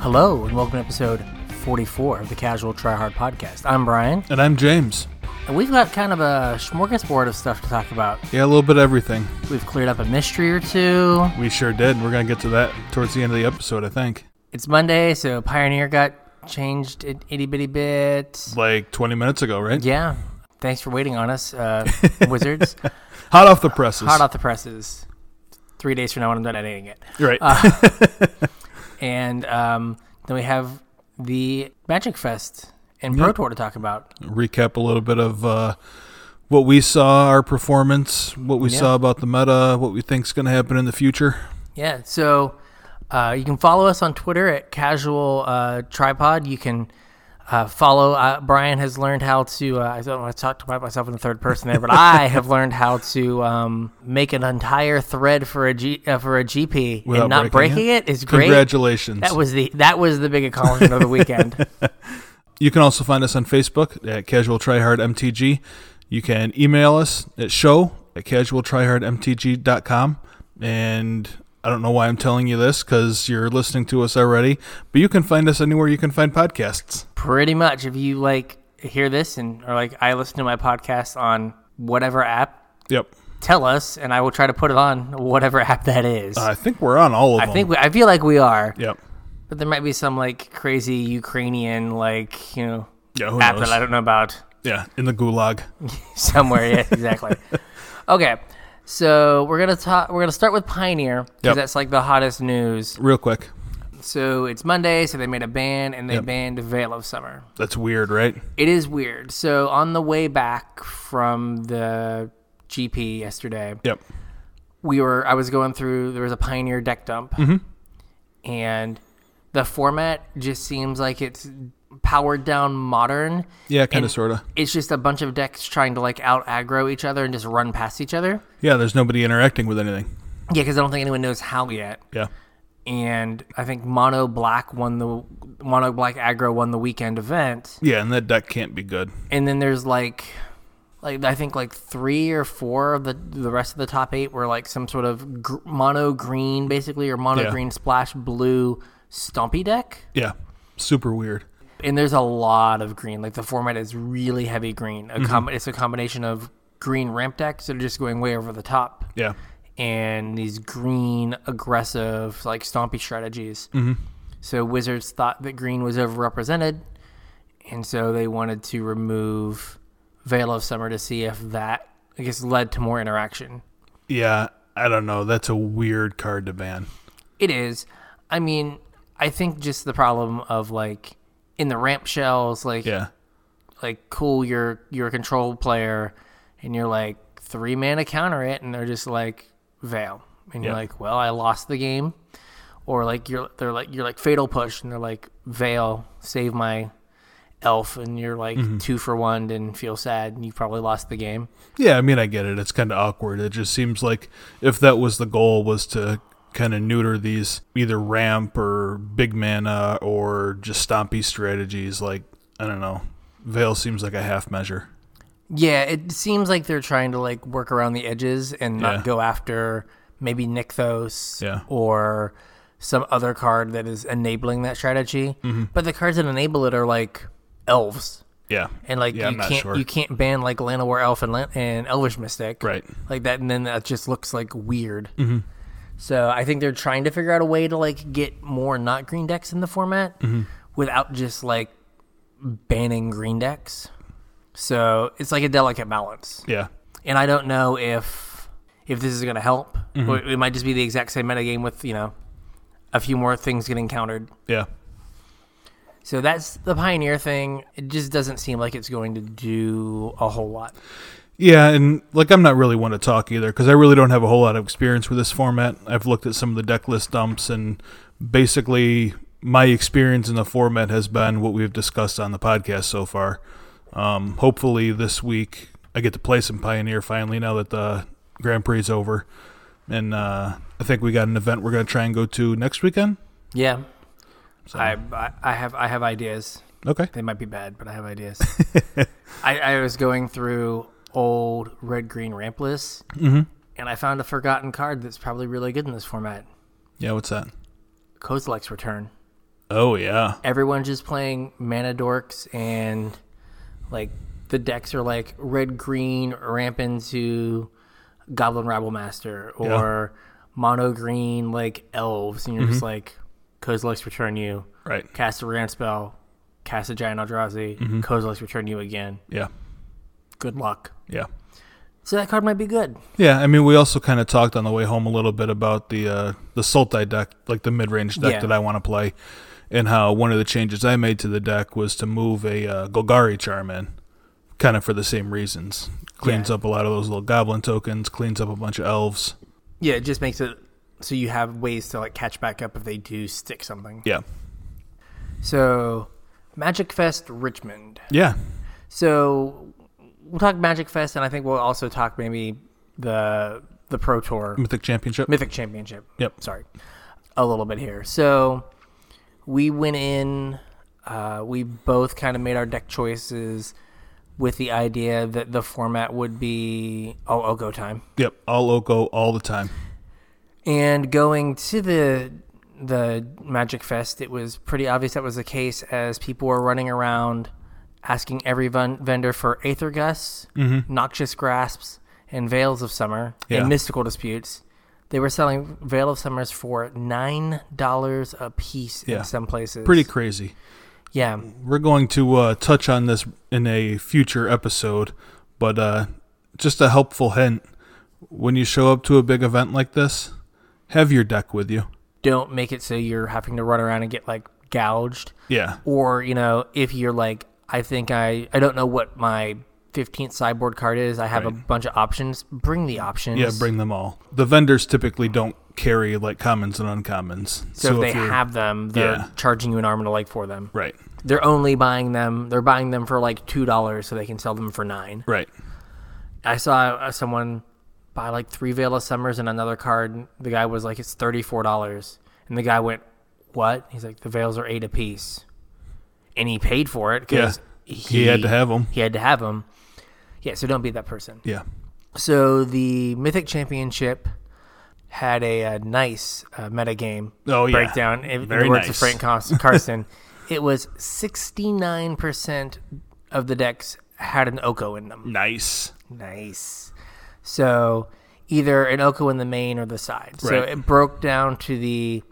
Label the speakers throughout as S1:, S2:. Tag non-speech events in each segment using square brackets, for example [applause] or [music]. S1: Hello, and welcome to episode 44 of the Casual Try Hard Podcast. I'm Brian,
S2: And I'm James.
S1: and we've got kind of a smorgasbord of stuff to talk about.
S2: Yeah, a little bit of everything.
S1: We've cleared up a mystery or two.
S2: We sure did. and We're going to get to that towards the end of the episode, I think.
S1: It's Monday, so Pioneer got changed an itty bitty bit.
S2: Like 20 minutes ago, right?
S1: Yeah. Thanks for waiting on us, uh, Wizards.
S2: Hot off the presses.
S1: Hot off the presses. Three days from now when I'm done editing it.
S2: Right.
S1: And um, then we have the Magic Fest and Pro Tour to talk about.
S2: [laughs] Recap a little bit of uh, what we saw, our performance, what we
S1: Yeah.
S2: saw about the meta, what we think's going to happen in the future.
S1: Yeah. So uh, you can follow us on Twitter at Casual uh, Tripod. You can uh, follow. Uh, Brian has learned how to. Uh, I don't want to talk about myself in the third person there, but
S2: [laughs]
S1: I have learned how to um, make an entire thread for a G, uh, for a GP
S2: Without
S1: and not
S2: breaking
S1: breaking it is great.
S2: Congratulations.
S1: That was the that was the big accomplishment of the weekend.
S2: [laughs] You can also find us on Facebook at Casual Tryhard MTG. You can email us at show at casualtryhardmtg.com. And I don't know why I'm telling you this because you're listening to us already, but you can find us anywhere you can find podcasts.
S1: Pretty much, if you like hear this and or like I listen to my podcast on whatever app,
S2: Yep.
S1: tell us and I will try to put it on whatever app that is.
S2: I think we're on all of
S1: I
S2: them.
S1: think we, I feel like we are,
S2: Yep.
S1: but there might be some like crazy Ukrainian like you know
S2: Yeah, who
S1: app
S2: knows?
S1: that I don't know about [laughs]
S2: Yeah, in the gulag.
S1: somewhere.
S2: [laughs]
S1: yeah, exactly. Okay, so we're gonna talk. We're gonna start with Pioneer because
S2: Yep.
S1: that's like the hottest news.
S2: Real quick.
S1: So it's Monday, so they made a ban and they
S2: Yep.
S1: banned Veil of Summer.
S2: That's weird, right?
S1: It is weird. So on the way back from the GP yesterday,
S2: Yep.
S1: we were I was going through there was a Pioneer deck dump and the format just seems like it's powered down modern.
S2: Yeah, kind of,
S1: And-
S2: sort of.
S1: It's just a bunch of decks trying to like out aggro each other and just run past each other.
S2: Yeah, there's nobody interacting with anything.
S1: Yeah, because I don't think anyone knows how yet.
S2: Yeah.
S1: And I think Mono Black won the Mono Black aggro won the weekend event.
S2: Yeah, and that deck can't be good.
S1: and then there's like like I think like three or four of the the rest of the top eight were like some sort of gr- mono green basically or mono
S2: Yeah.
S1: green splash blue stumpy deck
S2: Yeah. Super weird.
S1: and there's a lot of green like the format is really heavy green a com- it's a combination of green ramp decks that are just going way over the top
S2: Yeah.
S1: and these green aggressive like stompy strategies. So Wizards thought that green was overrepresented, and so they wanted to remove Veil of Summer to see if that I guess led to more interaction.
S2: Yeah, I don't know. That's a weird card to ban.
S1: It is. I mean, I think just the problem of like in the ramp shells, like
S2: Yeah.
S1: like cool, you're you're a control player, and you're like three mana counter it, and they're just like Veil, and you're
S2: Yeah.
S1: like, well, I lost the game, or like you're they're like you're like Fatal Push, and they're like Veil, save my elf, and you're like two for one, and feel sad, and you probably lost the game.
S2: Yeah, I mean, I get it. It's kind of awkward. It just seems like if that was the goal was to kind of neuter these either ramp or big mana or just stompy strategies, like I don't know, Veil seems like a half measure.
S1: Yeah, it seems like they're trying to like work around the edges and not
S2: Yeah.
S1: go after maybe Nykthos
S2: Yeah.
S1: or some other card that is enabling that strategy.
S2: Mm-hmm.
S1: But the cards that enable it are like elves.
S2: Yeah,
S1: And like
S2: Yeah, I'm
S1: you
S2: not
S1: can't
S2: sure.
S1: you can't ban like Llanowar Elf and, Lan- and Elvish Mystic.
S2: right. Mm-hmm.
S1: Like that and then that just looks like weird. So I think they're trying to figure out a way to like get more not green decks in the format
S2: Mm-hmm.
S1: without just like banning green decks. So it's like a delicate balance
S2: Yeah,
S1: and I don't know if if this is going to help.
S2: Mm-hmm.
S1: Or it might just be the exact same metagame with you know a few more things getting countered.
S2: yeah,
S1: So that's the pioneer thing. It just doesn't seem like it's going to do a whole lot.
S2: yeah. And like, I'm not really one to talk either because I really don't have a whole lot of experience with this format. I've looked at some of the deck list dumps, and basically, my experience in the format has been what we've discussed on the podcast so far. Um, hopefully this week I get to play some Pioneer finally now that the Grand Prix is over. And uh, I think we got an event we're going to try and go to next weekend.
S1: Yeah,
S2: So-
S1: I, I I have I have ideas.
S2: Okay.
S1: They might be bad, but I have [laughs] ideas. I, I was going through old red green ramp lists, and I found a forgotten card that's probably really good in this format.
S2: Yeah, what's that?
S1: Kozilek's return.
S2: Oh yeah.
S1: Everyone's just playing mana dorks and like the decks are like red green ramp into goblin rabble master or mono green like elves and you're just like Kozilek's return you
S2: Right.
S1: cast a rare spell cast a giant Eldrazi Kozilek's return you again
S2: Yeah.
S1: good luck
S2: Yeah.
S1: so that card might be good
S2: Yeah, I mean, we also kind of talked on the way home a little bit about the uh, the Sultai deck, like the mid range deck
S1: Yeah.
S2: that I want to play, and how one of the changes I made to the deck was to move a uh, Golgari Charm in, kind of for the same reasons. Cleans
S1: Yeah.
S2: up a lot of those little goblin tokens, cleans up a bunch of elves.
S1: yeah it just makes it so you have ways to like catch back up if they do stick something
S2: Yeah,
S1: so Magic Fest Richmond
S2: yeah,
S1: So we'll talk Magic Fest, and I think we'll also talk maybe the the Pro Tour
S2: Mythic Championship.
S1: Mythic Championship.
S2: Yep.
S1: Sorry, a little bit here. So we went in. Uh, we both kind of made our deck choices with the idea that the format would be oh oh go time
S2: Yep, all Oko all the time.
S1: and going to the the Magic Fest, it was pretty obvious that was the case as people were running around asking every ven- vendor for Aether Gusts, Noxious Grasps, and Veils of Summer
S2: Mm-hmm. Yeah.
S1: and Mystical Disputes. They were selling Veil of Summers for nine dollars a piece
S2: Yeah.
S1: in some places.
S2: Pretty crazy.
S1: yeah,
S2: We're going to uh, touch on this in a future episode, but uh, just a helpful hint when you show up to a big event like this, have your deck with you.
S1: don't make it so you're having to run around and get like gouged.
S2: Yeah.
S1: or you know if you're like i think i i don't know what my 15th sideboard card is i have a bunch of options bring the options
S2: Yeah, bring them all. The vendors typically don't carry like commons and uncommons.
S1: so, if they
S2: you're-
S1: have them they're
S2: Yeah.
S1: charging you an arm and a leg for them
S2: Right.
S1: they're only buying them they're buying them for like two dollars so they can sell them for nine
S2: Right.
S1: i saw uh, someone buy like three veil of summers and another card and the guy was like it's $34 and the guy went what he's like the veils are eight apiece and he paid for it because
S2: Yeah. He had to have 'em.
S1: he had to have them yeah so don't be that person
S2: Yeah.
S1: So the Mythic Championship had a, uh nice uh, meta game
S2: Oh, yeah.
S1: breakdown. In, in
S2: Very
S1: the words
S2: nice.
S1: of Frank
S2: [laughs]
S1: Cos- Carson, it was 69% of the decks had an Oko in them.
S2: Nice.
S1: Nice. So either an Oko in the main or the side. So
S2: Right.
S1: it broke down to the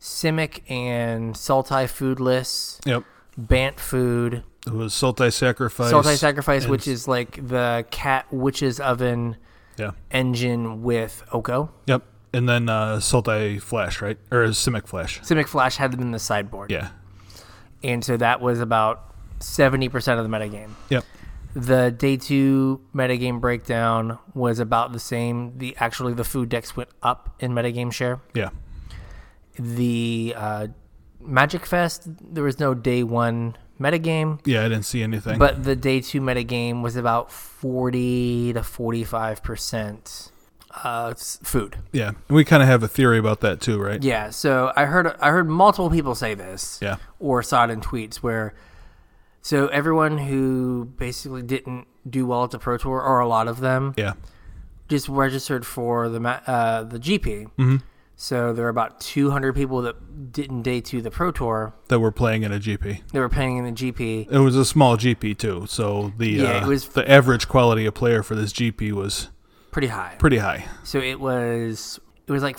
S1: Simic and Sultai food lists,
S2: Yep.
S1: Bant food,
S2: It was Sultai Sacrifice.
S1: Sultai sacrifice, which is like the cat witch's oven
S2: Yeah.
S1: engine with Oko.
S2: Yep. And then uh, Sultai Flash, right? Or Simic Flash.
S1: Simic Flash had them in the sideboard.
S2: Yeah.
S1: And so that was about 70% of the metagame.
S2: Yep.
S1: The day two metagame breakdown was about the same. The Actually, the food decks went up in metagame share.
S2: Yeah.
S1: The uh, Magic Fest, there was no day one metagame,
S2: Yeah, I didn't see anything.
S1: but the day two metagame was about 40 to 45% uh, s- food.
S2: yeah. And we kind of have a theory about that too, right?
S1: Yeah, so I heard I heard multiple people say this.
S2: Yeah.
S1: Or saw it in tweets where so everyone who basically didn't do well at the Pro Tour or a lot of them
S2: Yeah.
S1: just registered for the ma- uh, the GP. Mm-hmm. So there were about 200 people that didn't day to the Pro Tour.
S2: That were playing in a GP.
S1: They were playing in the GP.
S2: It was a small GP too, so the
S1: Yeah,
S2: uh,
S1: it was-
S2: the average quality of player for this GP was
S1: Pretty high.
S2: pretty high.
S1: So it was it was like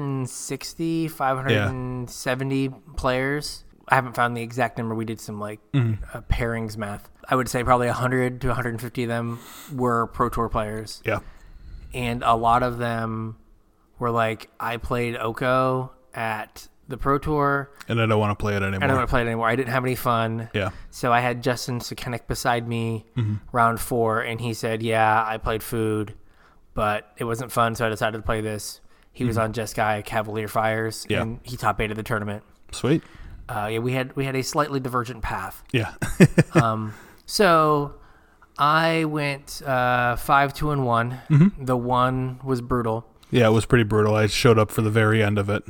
S1: 560, 570 players. I haven't found the exact number. We did some like uh, pairings math. I would say probably 100 to 150 of them were pro tour players,
S2: Yeah.
S1: and a lot of them were like, I played Oko at the pro tour.
S2: And I don't want to play it anymore.
S1: I don't want to play it anymore. I didn't have any fun.
S2: yeah.
S1: So I had Justin Sakanek beside me round four, and he said, "Yeah, I played food, but it wasn't fun, so I decided to play this." He was on Jeskai Cavalier Fires,
S2: Yeah.
S1: and he top eight of the tournament.
S2: Sweet.
S1: Uh, yeah, we had we had a slightly divergent path.
S2: Yeah. [laughs]
S1: So I went uh, five, two, and one. The one was brutal.
S2: yeah, it was pretty brutal. I showed up for the very end of it.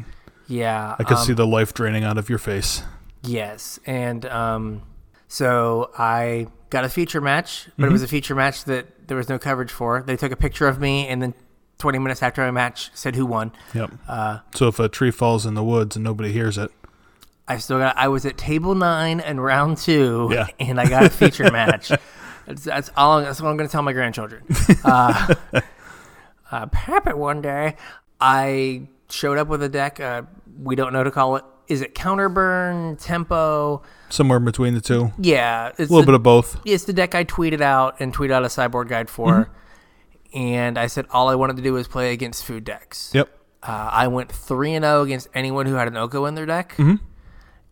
S1: Yeah,
S2: I could
S1: um,
S2: see the life draining out of your face.
S1: Yes, and um, so I got a feature match,
S2: Mm-hmm.
S1: but it was a feature match that there was no coverage for. They took a picture of me, and then 20 minutes after my match, said who won.
S2: Yep. Uh, so if a tree falls in the woods and nobody hears it,
S1: I still got. I was at table nine and round two,
S2: Yeah.
S1: [laughs] and I got a
S2: [laughs]
S1: feature match. That's, that's all. That's what I'm going to tell my grandchildren. Uh, uh, Papa, one day I showed up with a deck. Uh, we don't know to call it. Is it counterburn tempo?
S2: Somewhere in between the two, a
S1: Yeah, it's
S2: little
S1: the,
S2: bit of both.
S1: it's the deck I tweeted out and tweeted out a cyborg guide for. And I said all I wanted to do was play against food decks.
S2: Yep.
S1: Uh, I went 3 and 0 against anyone who had an Oko in their deck.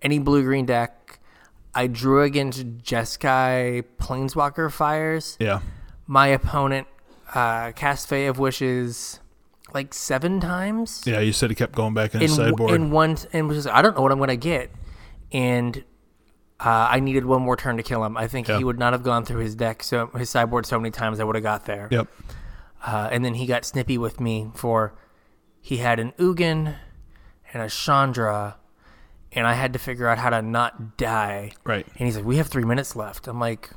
S1: Any blue green deck. I drew against Jeskai Planeswalker Fires.
S2: Yeah.
S1: My opponent uh, cast Fae of Wishes like seven times
S2: Yeah. You said he kept going back in
S1: in,
S2: his sideboard.
S1: in one and was just, I don't know what I'm going to get. And uh, I needed one more turn to kill him. I think
S2: Yeah.
S1: he would not have gone through his deck, so his sideboard so many times I would have got there.
S2: yep.
S1: Uh, and then he got snippy with me for he had an Ugin and a Chandra, and I had to figure out how to not die.
S2: Right.
S1: And he's like, "We have three minutes left." I'm like,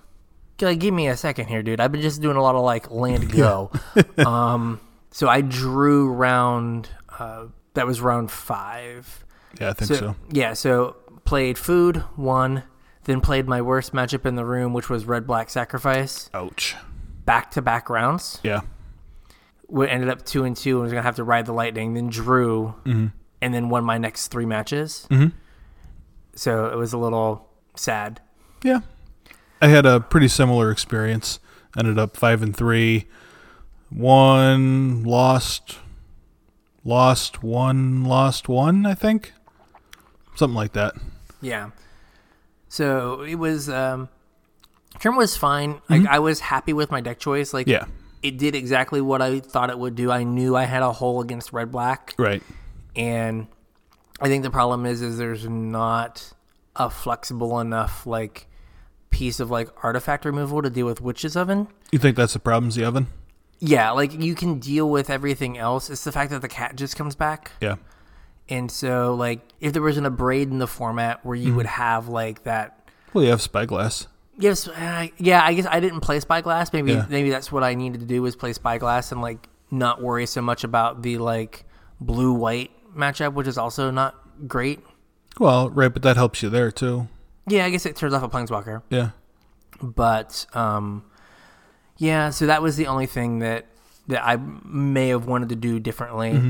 S1: "G- "Give me a second here, dude. I've been just doing a lot of like land go." um, so I drew round. Uh, that was round five.
S2: Yeah, I think
S1: So,
S2: so.
S1: yeah, so played food one, then played my worst matchup in the room, which was red black sacrifice,
S2: Ouch.
S1: back to back rounds.
S2: Yeah.
S1: We ended up two and two, and was gonna have to ride the lightning. Then drew, and then won my next three matches.
S2: Mhm.
S1: So it was a little sad.
S2: Yeah. I had a pretty similar experience. Ended up five and three. One lost lost one lost one, I think. Something like that.
S1: Yeah. So it was um trim was fine. Like I was happy with my deck choice. Like
S2: Yeah.
S1: it did exactly what I thought it would do. I knew I had a hole against red black
S2: Right.
S1: and I think the problem is is there's not a flexible enough like piece of like artifact removal to deal with witch's oven.
S2: You think that's the problem's the oven?
S1: Yeah, like you can deal with everything else. It's the fact that the cat just comes back.
S2: Yeah.
S1: And so like if there was an abrade in the format where you would have like that
S2: Well you have spyglass.
S1: Yes, uh, yeah. I guess I didn't play Spyglass. Maybe
S2: Yeah.
S1: maybe that's what I needed to do was play Spyglass and like not worry so much about the like blue white matchup, which is also not great.
S2: Well, right, but that helps you there too.
S1: Yeah, I guess it turns off a Planeswalker,
S2: Yeah.
S1: but um, yeah. So that was the only thing that that I may have wanted to do differently.
S2: Mm-hmm.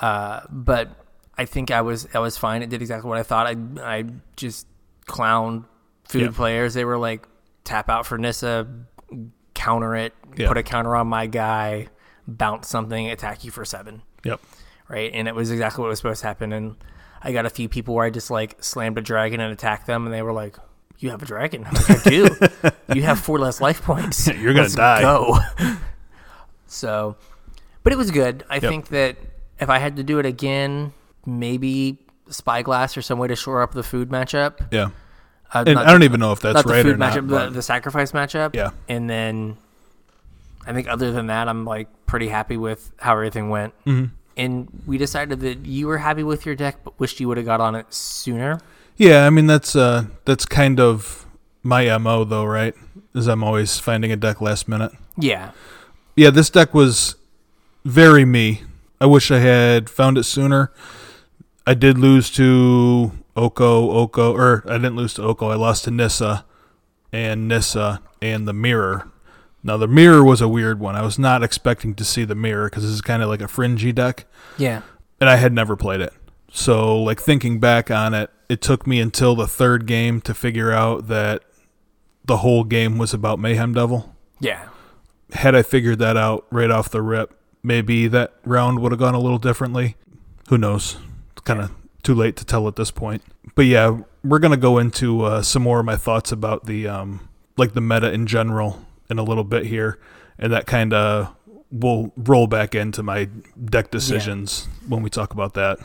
S1: Uh, but I think I was I was fine. It did exactly what I thought. I I just clowned food
S2: Yeah.
S1: players. They were like tap out for Nissa, counter it,
S2: Yeah.
S1: put a counter on my guy, bounce something, attack you for seven.
S2: Yep.
S1: Right. And it was exactly what was supposed to happen. And I got a few people where I just like slammed a dragon and attacked them and they were like, You have a dragon. I'm like, I
S2: [laughs]
S1: do. you have four less life points.
S2: You're gonna
S1: Let's
S2: die."
S1: Go. [laughs] so but it was good. I
S2: Yep.
S1: think that if I had to do it again, maybe spyglass or some way to shore up the food matchup.
S2: Yeah.
S1: Uh,
S2: And
S1: not
S2: I don't even know if that's
S1: not the
S2: right
S1: food
S2: or not.
S1: matchup,
S2: but-
S1: the, the sacrifice matchup.
S2: Yeah.
S1: And then I think other than that, I'm like pretty happy with how everything went. Mm-hmm. And we decided that you were happy with your deck, but wished you would have got on it sooner.
S2: Yeah, I mean that's uh that's kind of my MO though, right? Is I'm always finding a deck last minute.
S1: Yeah.
S2: Yeah, this deck was very me. I wish I had found it sooner. I did lose to Oko Oko or I didn't lose to Oko, I lost to Nissa and Nissa and the mirror. Now the mirror was a weird one. I was not expecting to see the mirror because this is kind of like a fringy deck
S1: Yeah.
S2: and I had never played it. So, like thinking back on it, it took me until the third game to figure out that the whole game was about Mayhem Devil.
S1: Yeah.
S2: Had I figured that out right off the rip, maybe that round would have gone a little differently. Who knows? It's kind of too late to tell at this point. But yeah, we're gonna go into uh, some more of my thoughts about the um, like the meta in general in a little bit here, and that kind of will roll back into my deck decisions when we talk about that.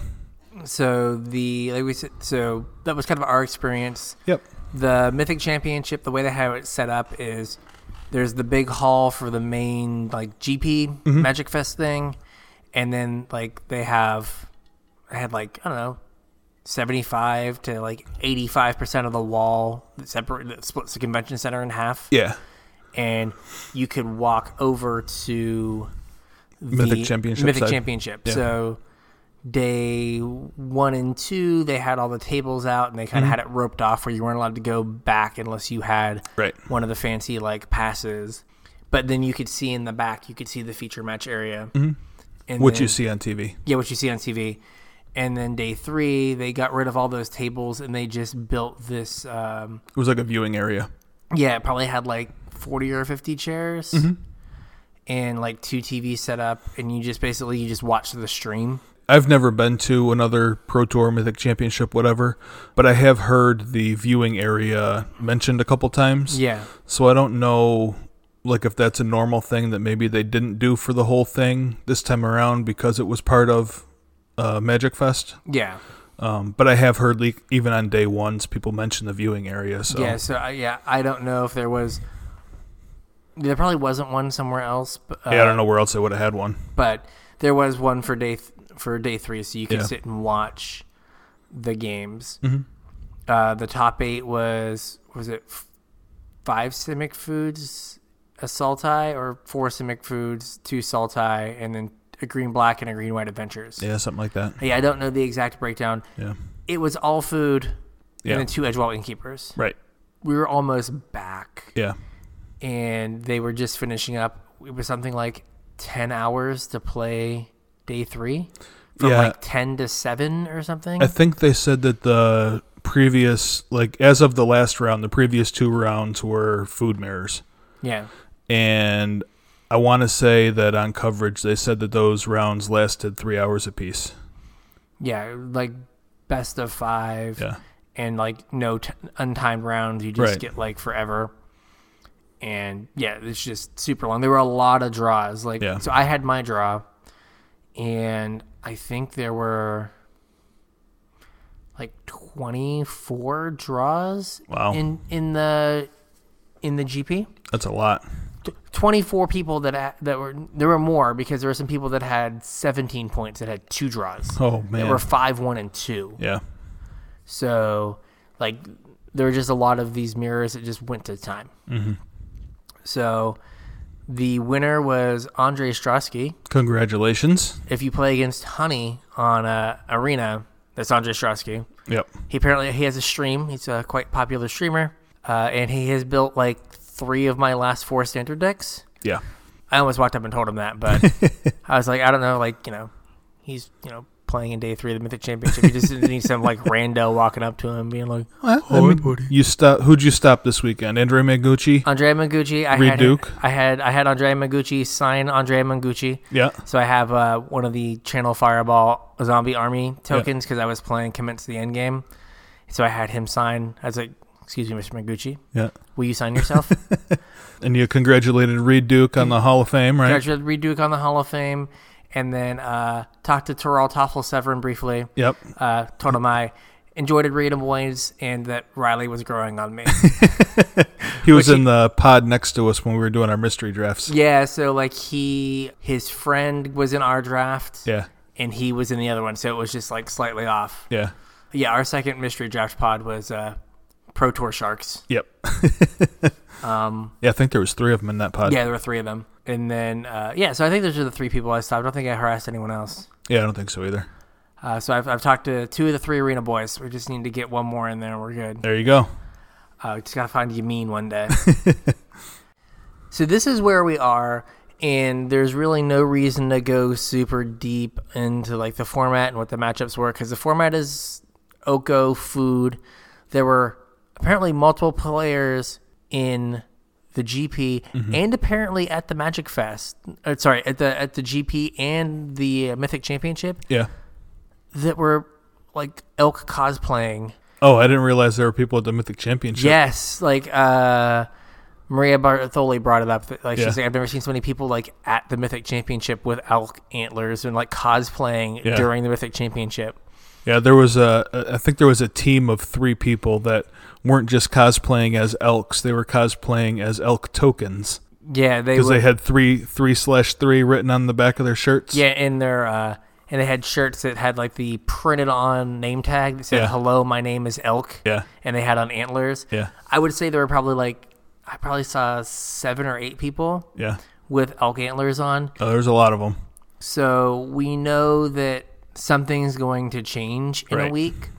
S1: So the like we said, so that was kind of our experience.
S2: Yep.
S1: The Mythic Championship, the way they have it set up is there's the big hall for the main like GP Magic Fest thing, and then like they have I had like I don't know seventy five to like eighty five percent of the wall that separate that splits the convention center in half,
S2: Yeah.
S1: and you could walk over to the
S2: Mythic Championship
S1: Mythic
S2: side.
S1: Championship.
S2: Yeah.
S1: So day one and two, they had all the tables out and they
S2: Mm-hmm.
S1: kind of had it roped off where you weren't allowed to go back unless you had
S2: Right.
S1: one of the fancy like passes. But then you could see in the back, you could see the feature match area.
S2: Mm-hmm.
S1: And
S2: What
S1: then-
S2: you see on TV.
S1: yeah, what you see on TV. And then day three, they got rid of all those tables and they just built this. Um,
S2: It was like a viewing area.
S1: yeah, it probably had like 40 or 50 chairs and like two TVs set up. And you just basically, you just watch the stream.
S2: I've never been to another Pro Tour, Mythic Championship, whatever, but I have heard the viewing area mentioned a couple times.
S1: Yeah.
S2: So I don't know, like, if that's a normal thing that maybe they didn't do for the whole thing this time around because it was part of uh, Magic Fest.
S1: Yeah.
S2: Um, but I have heard, le- even on day ones, people mention the viewing area. So
S1: Yeah. So, I, yeah, I don't know if there was. There probably wasn't one somewhere else. But, uh,
S2: Yeah, I don't know where else I would have had one.
S1: but there was one for day th- for day three, so you could
S2: Yeah. Mm-hmm.
S1: sit and watch the games. Uh, the top eight was was it f- five Simic foods, a Saltai, or four Simic foods, two Saltai, and then a green black and a green white adventures. Yeah.
S2: Yeah, something like that.
S1: I don't know the exact breakdown.
S2: Yeah.
S1: It was all food,
S2: Yeah.
S1: and then two Edgewall innkeepers.
S2: Right.
S1: We were almost back,
S2: Yeah.
S1: and they were just finishing up. It was something like ten hours to play day three from
S2: yeah.
S1: like 10 to 7 or something.
S2: I think they said that the previous, like as of the last round, the previous two rounds were food mirrors,
S1: yeah.
S2: and I want to say that on coverage they said that those rounds lasted three hours apiece.
S1: Yeah, like best of 5
S2: Yeah,
S1: and like no t- untimed rounds, you just
S2: Right.
S1: get like forever. And yeah, it's just super long. There were a lot of draws. Like
S2: Yeah.
S1: so I had my draw and I think there were like 24 draws
S2: Wow.
S1: in in the in the GP.
S2: that's a lot.
S1: 24 people that a- that were there were more because there were some people that had 17 points that had two draws.
S2: Oh
S1: There
S2: man,
S1: were 5 1 and 2.
S2: yeah,
S1: So like there were just a lot of these mirrors that just went to time. Mm-hmm. So the winner was Andre Strosky.
S2: congratulations.
S1: If you play against Honey on uh, Arena, that's Andre Strosky.
S2: Yep,
S1: He apparently he has a stream. He's a quite popular streamer, uh, and he has built like three of my last four standard decks.
S2: yeah,
S1: I almost walked up and told him that, but I was like, I don't know, like you know, he's you know playing in day three of the Mythic Championship. He just needs some like [laughs] rando walking up to him, being like,
S2: I mean, you stop. Who'd you stop this weekend? Andre Magucci.
S1: Andrea Mangucci. I
S2: Reed
S1: had
S2: Duke.
S1: I had I had Andrea Mangucci sign Andrea Mangucci.
S2: Yeah,
S1: So I have uh, one of the Channel Fireball Zombie Army tokens because I was playing Commence the End Game. So I had him sign. I was like, "Excuse me, Mr. Mangucci,
S2: yeah.
S1: will you sign yourself?"
S2: And you congratulated Reed Duke on the Hall of Fame, right?
S1: Judge Reed Duke on the Hall of Fame, and then uh, talked to Terrell Toffel Severin briefly.
S2: Yep.
S1: uh, told him I enjoyed reading Boys and that Riley was growing on me.
S2: He was
S1: Which
S2: in the pod next to us when we were doing our mystery drafts.
S1: yeah, so like he, his friend was in our draft
S2: Yeah.
S1: and he was in the other one, so it was just like slightly off.
S2: Yeah.
S1: Yeah, our second mystery draft pod was uh, Pro Tour Sharks.
S2: [laughs] Yep. yeah, I think there was three of them in that pod.
S1: Um, Yeah, there were three of them, and then uh, yeah, so I think those are the three people I stopped. I don't think I harassed anyone else.
S2: Yeah, I don't think so either.
S1: Uh, so I've, I've talked to two of the three arena boys. We just need to get one more in there. We're good.
S2: There you go.
S1: Uh, just gotta find you mean one day. so this is where we are, and there's really no reason to go super deep into like the format and what the matchups were because the format is Oko food. There were apparently multiple players in the GP and apparently at the Magic Fest. Uh, sorry, at the at the GP and the uh, Mythic Championship
S2: Yeah.
S1: that were like elk cosplaying.
S2: Oh, I didn't realize there were people at the Mythic Championship.
S1: Yes, like uh, Maria Bartoli brought it up. that, Like
S2: Yeah.
S1: she's like, I've never seen so many people like at the Mythic Championship with elk antlers and like cosplaying
S2: Yeah.
S1: during the Mythic Championship.
S2: Yeah, there was a I think there was a team of 3 people that weren't just cosplaying as elks, they were cosplaying as elk tokens
S1: Yeah, they
S2: because
S1: were.
S2: they had 3 3/3 slash three written on the back of their shirts.
S1: yeah, in their uh, and they had shirts that had like the printed on name tag that said
S2: Yeah.
S1: "Hello, my name is Elk."
S2: Yeah.
S1: and they had on antlers.
S2: Yeah.
S1: I would say there were probably like I probably saw seven or eight people
S2: Yeah.
S1: with elk antlers on.
S2: Oh, there's a lot of them.
S1: So we know that something's going to change in
S2: Right.
S1: a week.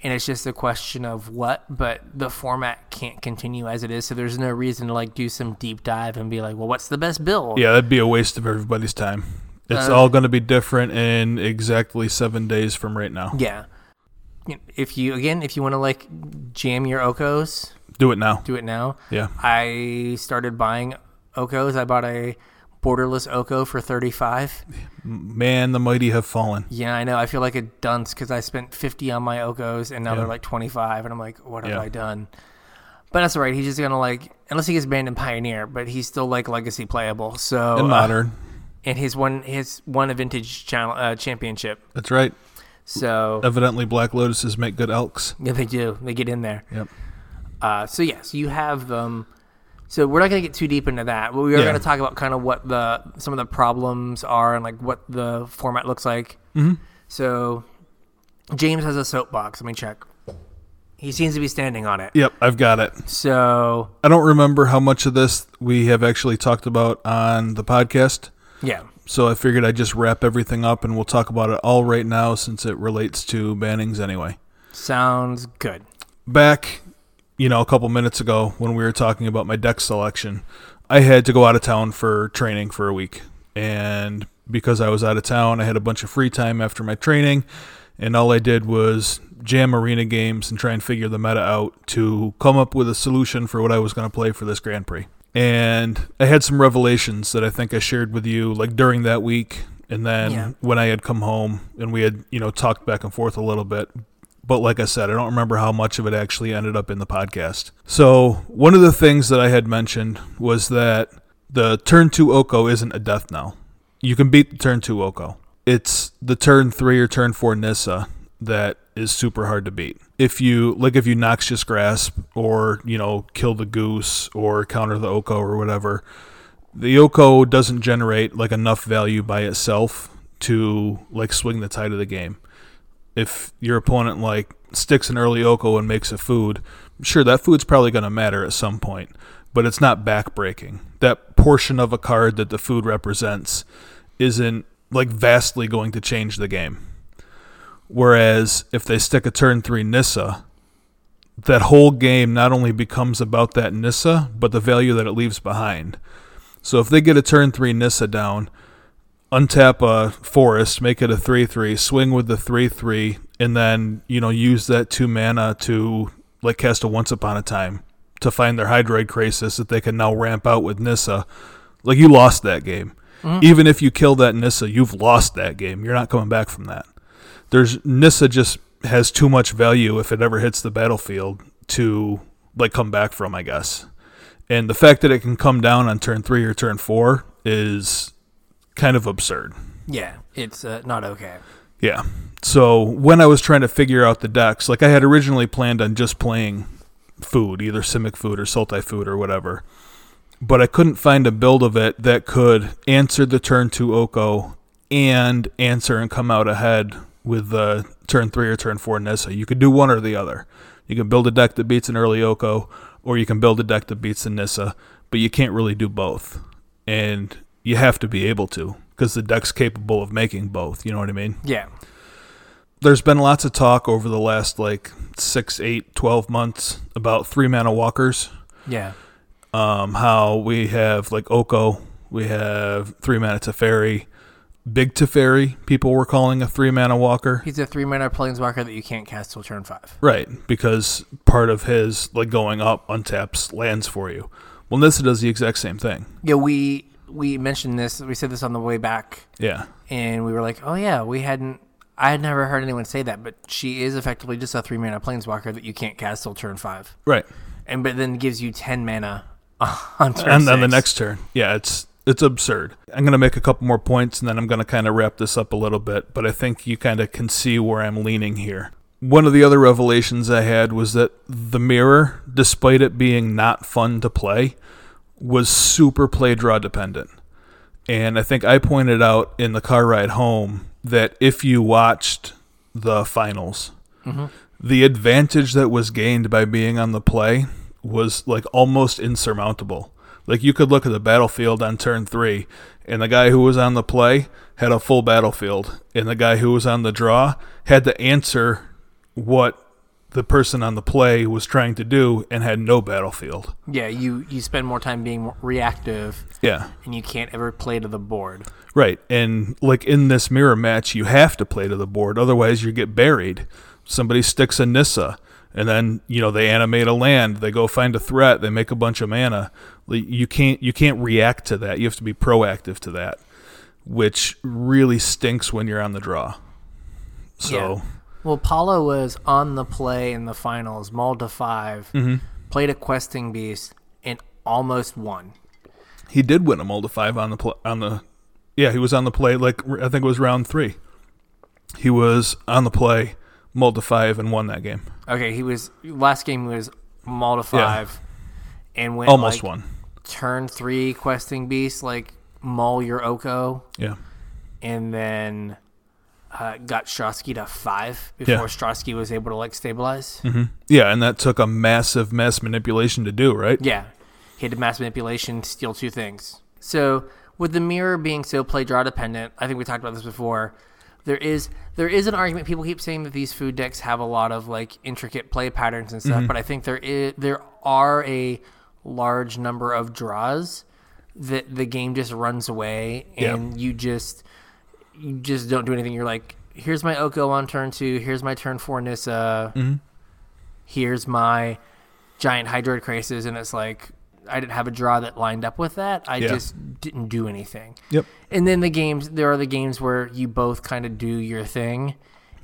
S1: And it's just a question of what, but the format can't continue as it is. So there's no reason to like do some deep dive and be like, well, what's the best build?
S2: Yeah, that'd be a waste of everybody's time. It's
S1: Uh,
S2: all going to be different in exactly seven days from right now.
S1: Yeah. You know, If you again, if you want to like jam your Okos,
S2: Do it now.
S1: do it now.
S2: Yeah.
S1: I started buying Okos. I bought a borderless Oko for thirty five.
S2: Man, the mighty have fallen.
S1: Yeah, I know. I feel like a dunce because I spent fifty on my Okos and now
S2: Yeah.
S1: they're like twenty five, and I'm like, what have
S2: Yeah.
S1: I done? But that's all right. He's just gonna like unless he gets banned in Pioneer, but he's still like legacy playable. So
S2: And
S1: uh,
S2: modern.
S1: and his one his one vintage channel uh, championship.
S2: That's right.
S1: So
S2: Evidently, Black Lotuses make good elks.
S1: yeah, they do. They get in there.
S2: Yep.
S1: Uh, so yes, you have um, so we're not going to get too deep into that. But we are
S2: Yeah.
S1: going to talk about kind of what the some of the problems are and like what the format looks like.
S2: Mhm.
S1: So James has a soapbox. Let me check. He seems to be standing on it.
S2: Yep, I've got it.
S1: So
S2: I don't remember how much of this we have actually talked about on the podcast.
S1: yeah,
S2: So I figured I'd just wrap everything up and we'll talk about it all right now since it relates to bannings anyway.
S1: sounds good.
S2: Back, you know, a couple minutes ago when we were talking about my deck selection, I had to go out of town for training for a week. And because I was out of town, I had a bunch of free time after my training. And all I did was jam arena games and try and figure the meta out to come up with a solution for what I was going to play for this Grand Prix. And I had some revelations that I think I shared with you like during that week. And then
S1: Yeah.
S2: when I had come home and we had, you know, talked back and forth a little bit. But like I said, I don't remember how much of it actually ended up in the podcast. So one of the things that I had mentioned was that the turn two Oko isn't a death knell. You can beat the turn two Oko. It's the turn three or turn four Nissa that is super hard to beat. If you like, if you Noxious Grasp or you know kill the goose or counter the Oko or whatever, the Oko doesn't generate like enough value by itself to like swing the tide of the game. If your opponent like sticks an early Oko and makes a food, sure that food's probably going to matter at some point, but it's not backbreaking. That portion of a card that the food represents isn't like vastly going to change the game. Whereas if they stick a turn three Nissa, that whole game not only becomes about that Nissa, but the value that it leaves behind. So if they get a turn three Nissa down, untap a forest, make it a three three, swing with the three three, and then you know use that two mana to like cast a Once Upon a Time to find their Hydroid Crisis that they can now ramp out with Nissa. Like you lost that game. Even if you kill that Nissa, you've lost that game. You're not coming back from that. There's Nissa just has too much value if it ever hits the battlefield to like come back from, I guess. And the fact that it can come down on turn three or turn four is kind of absurd.
S1: Yeah, it's uh, not okay.
S2: Yeah. So when I was trying to figure out the decks, like I had originally planned on just playing food, either Simic food or Sultai food or whatever. But I couldn't find a build of it that could answer the turn two Oko and answer and come out ahead with the turn three or turn four Nissa. You could do one or the other. You can build a deck that beats an early Oko, or you can build a deck that beats the Nissa, but you can't really do both. And you have to be able to, because the deck's capable of making both. You know what I mean?
S1: Yeah,
S2: there's been lots of talk over the last like six, eight, 12 months about three mana walkers.
S1: yeah,
S2: Um, how we have like Oko, we have three mana Teferi, Big Teferi, people were calling a three mana walker.
S1: he's a three mana planeswalker that you can't cast till turn five.
S2: Right, because part of his like going up untaps lands for you. Well, Nissa does the exact same thing.
S1: Yeah, we we mentioned this. We said this on the way back
S2: Yeah.
S1: and we were like, "Oh yeah, we hadn't." I had never heard anyone say that, but she is effectively just a three mana planeswalker that you can't cast till turn five,
S2: Right.
S1: and but then gives you ten mana [laughs] on turn
S2: and then the
S1: six.
S2: next turn. Yeah, it's it's absurd. I'm gonna make a couple more points, and then I'm gonna kind of wrap this up a little bit. But I think you kind of can see where I'm leaning here. One of the other revelations I had was that the mirror, despite it being not fun to play, was super play draw dependent. And I think I pointed out in the car ride home that if you watched the finals, the advantage that was gained by being on the play was like almost insurmountable. Like you could look at the battlefield on turn three, and the guy who was on the play had a full battlefield, and the guy who was on the draw had to answer what the person on the play was trying to do and had no battlefield.
S1: Yeah, you you spend more time being reactive,
S2: Yeah.
S1: and you can't ever play to the board.
S2: Right. And like in this mirror match, you have to play to the board. Otherwise, you get buried. Somebody sticks a Nissa, and then, you know, they animate a land. They go find a threat. They make a bunch of mana. Like, You can't, you can't react to that. You have to be proactive to that, which really stinks when you're on the draw. So,
S1: Yeah. Well, Paulo was on the play in the finals, mauled to 5
S2: Mm-hmm.
S1: played a questing beast, and almost won.
S2: he did win a mold of five on the pl- on the yeah he was on the play like r- I think it was round three. He was on the play, mold to five, and won that game.
S1: Okay, he was last game was mauled to five, and went
S2: Almost
S1: like,
S2: won.
S1: Turn three questing beast like maul your Oko,
S2: Yeah,
S1: and then uh, got Strosky to five before
S2: Yeah.
S1: Strosky was able to like stabilize.
S2: yeah, and that took a massive mass manipulation to do right.
S1: Yeah. He had to mass manipulation, steal two things. So with the mirror being so play draw dependent, I think we talked about this before. There is there is an argument people keep saying that these food decks have a lot of like intricate play patterns and stuff, but I think there is there are a large number of draws that the game just runs away
S2: Yeah.
S1: and you just you just don't do anything. You're like, here's my Oko on turn two, here's my turn four Nissa,
S2: Mm-hmm.
S1: here's my giant hydroid crisis and it's like i didn't have a draw that lined up with that i
S2: Yeah.
S1: just didn't do anything
S2: Yep.
S1: and then the games there are the games where you both kind of do your thing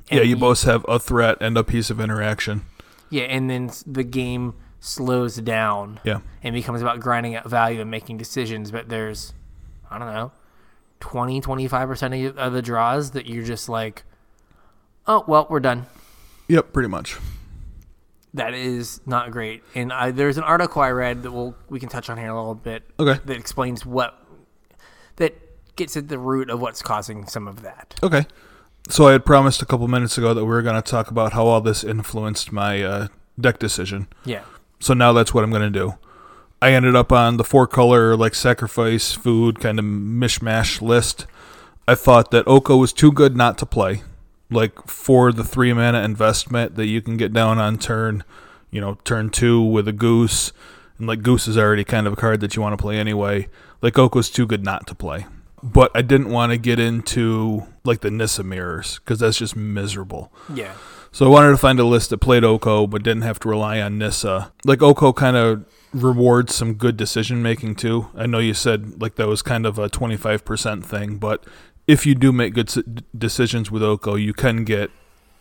S2: Yeah,
S1: and
S2: you both have a threat and a piece of interaction.
S1: yeah and then s- the game slows down
S2: Yeah,
S1: and becomes about grinding out value and making decisions but there's i don't know 20 25% of- of the draws that you're just like oh well we're done
S2: yep, pretty much.
S1: that is not great. And I, there's an article I read that we'll, we can touch on here in a little bit.
S2: Okay.
S1: That explains what that gets at the root of what's causing some of that.
S2: Okay. So I had promised a couple minutes ago that we were going to talk about how all this influenced my uh, deck decision.
S1: Yeah.
S2: So now that's what I'm going to do. I ended up on the four color, like sacrifice, food kind of mishmash list. I thought that Oko was too good not to play. Like for the three mana investment that you can get down on turn, you know, turn two with a goose. And like goose is already kind of a card that you want to play anyway. Like Oko's too good not to play. But I didn't want to get into like the Nissa mirrors because that's just miserable.
S1: Yeah.
S2: So I wanted to find a list that played Oko but didn't have to rely on Nissa. Like Oko kind of rewards some good decision making too. I know you said like that was kind of a 25% thing, but if you do make good s- decisions with Oko, you can get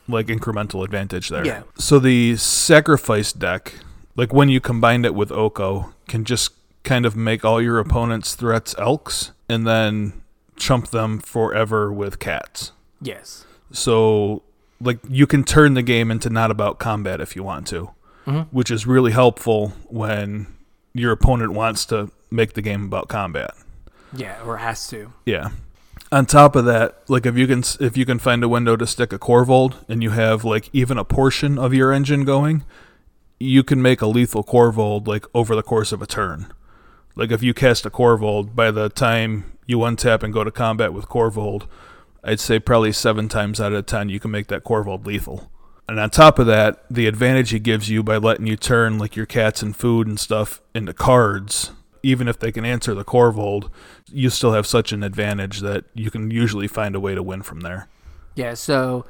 S2: like incremental advantage there.
S1: Yeah.
S2: So the sacrifice deck, like when you combine it with Oko, can just kind of make all your opponent's threats elks and then chump them forever with cats.
S1: Yes.
S2: So like you can turn the game into not about combat if you want to, which is really helpful when your opponent wants to make the game about combat.
S1: Yeah. Or has to.
S2: Yeah. On top of that, like if you can if you can find a window to stick a Corvold and you have like even a portion of your engine going, you can make a lethal Corvold like over the course of a turn. Like if you cast a Corvold, by the time you untap and go to combat with Corvold, I'd say probably seven times out of ten you can make that Corvold lethal. And on top of that, the advantage he gives you by letting you turn like your cats and food and stuff into cards, even if they can answer the Corvold, you still have such an advantage that you can usually find a way to win from there.
S1: Yeah. So,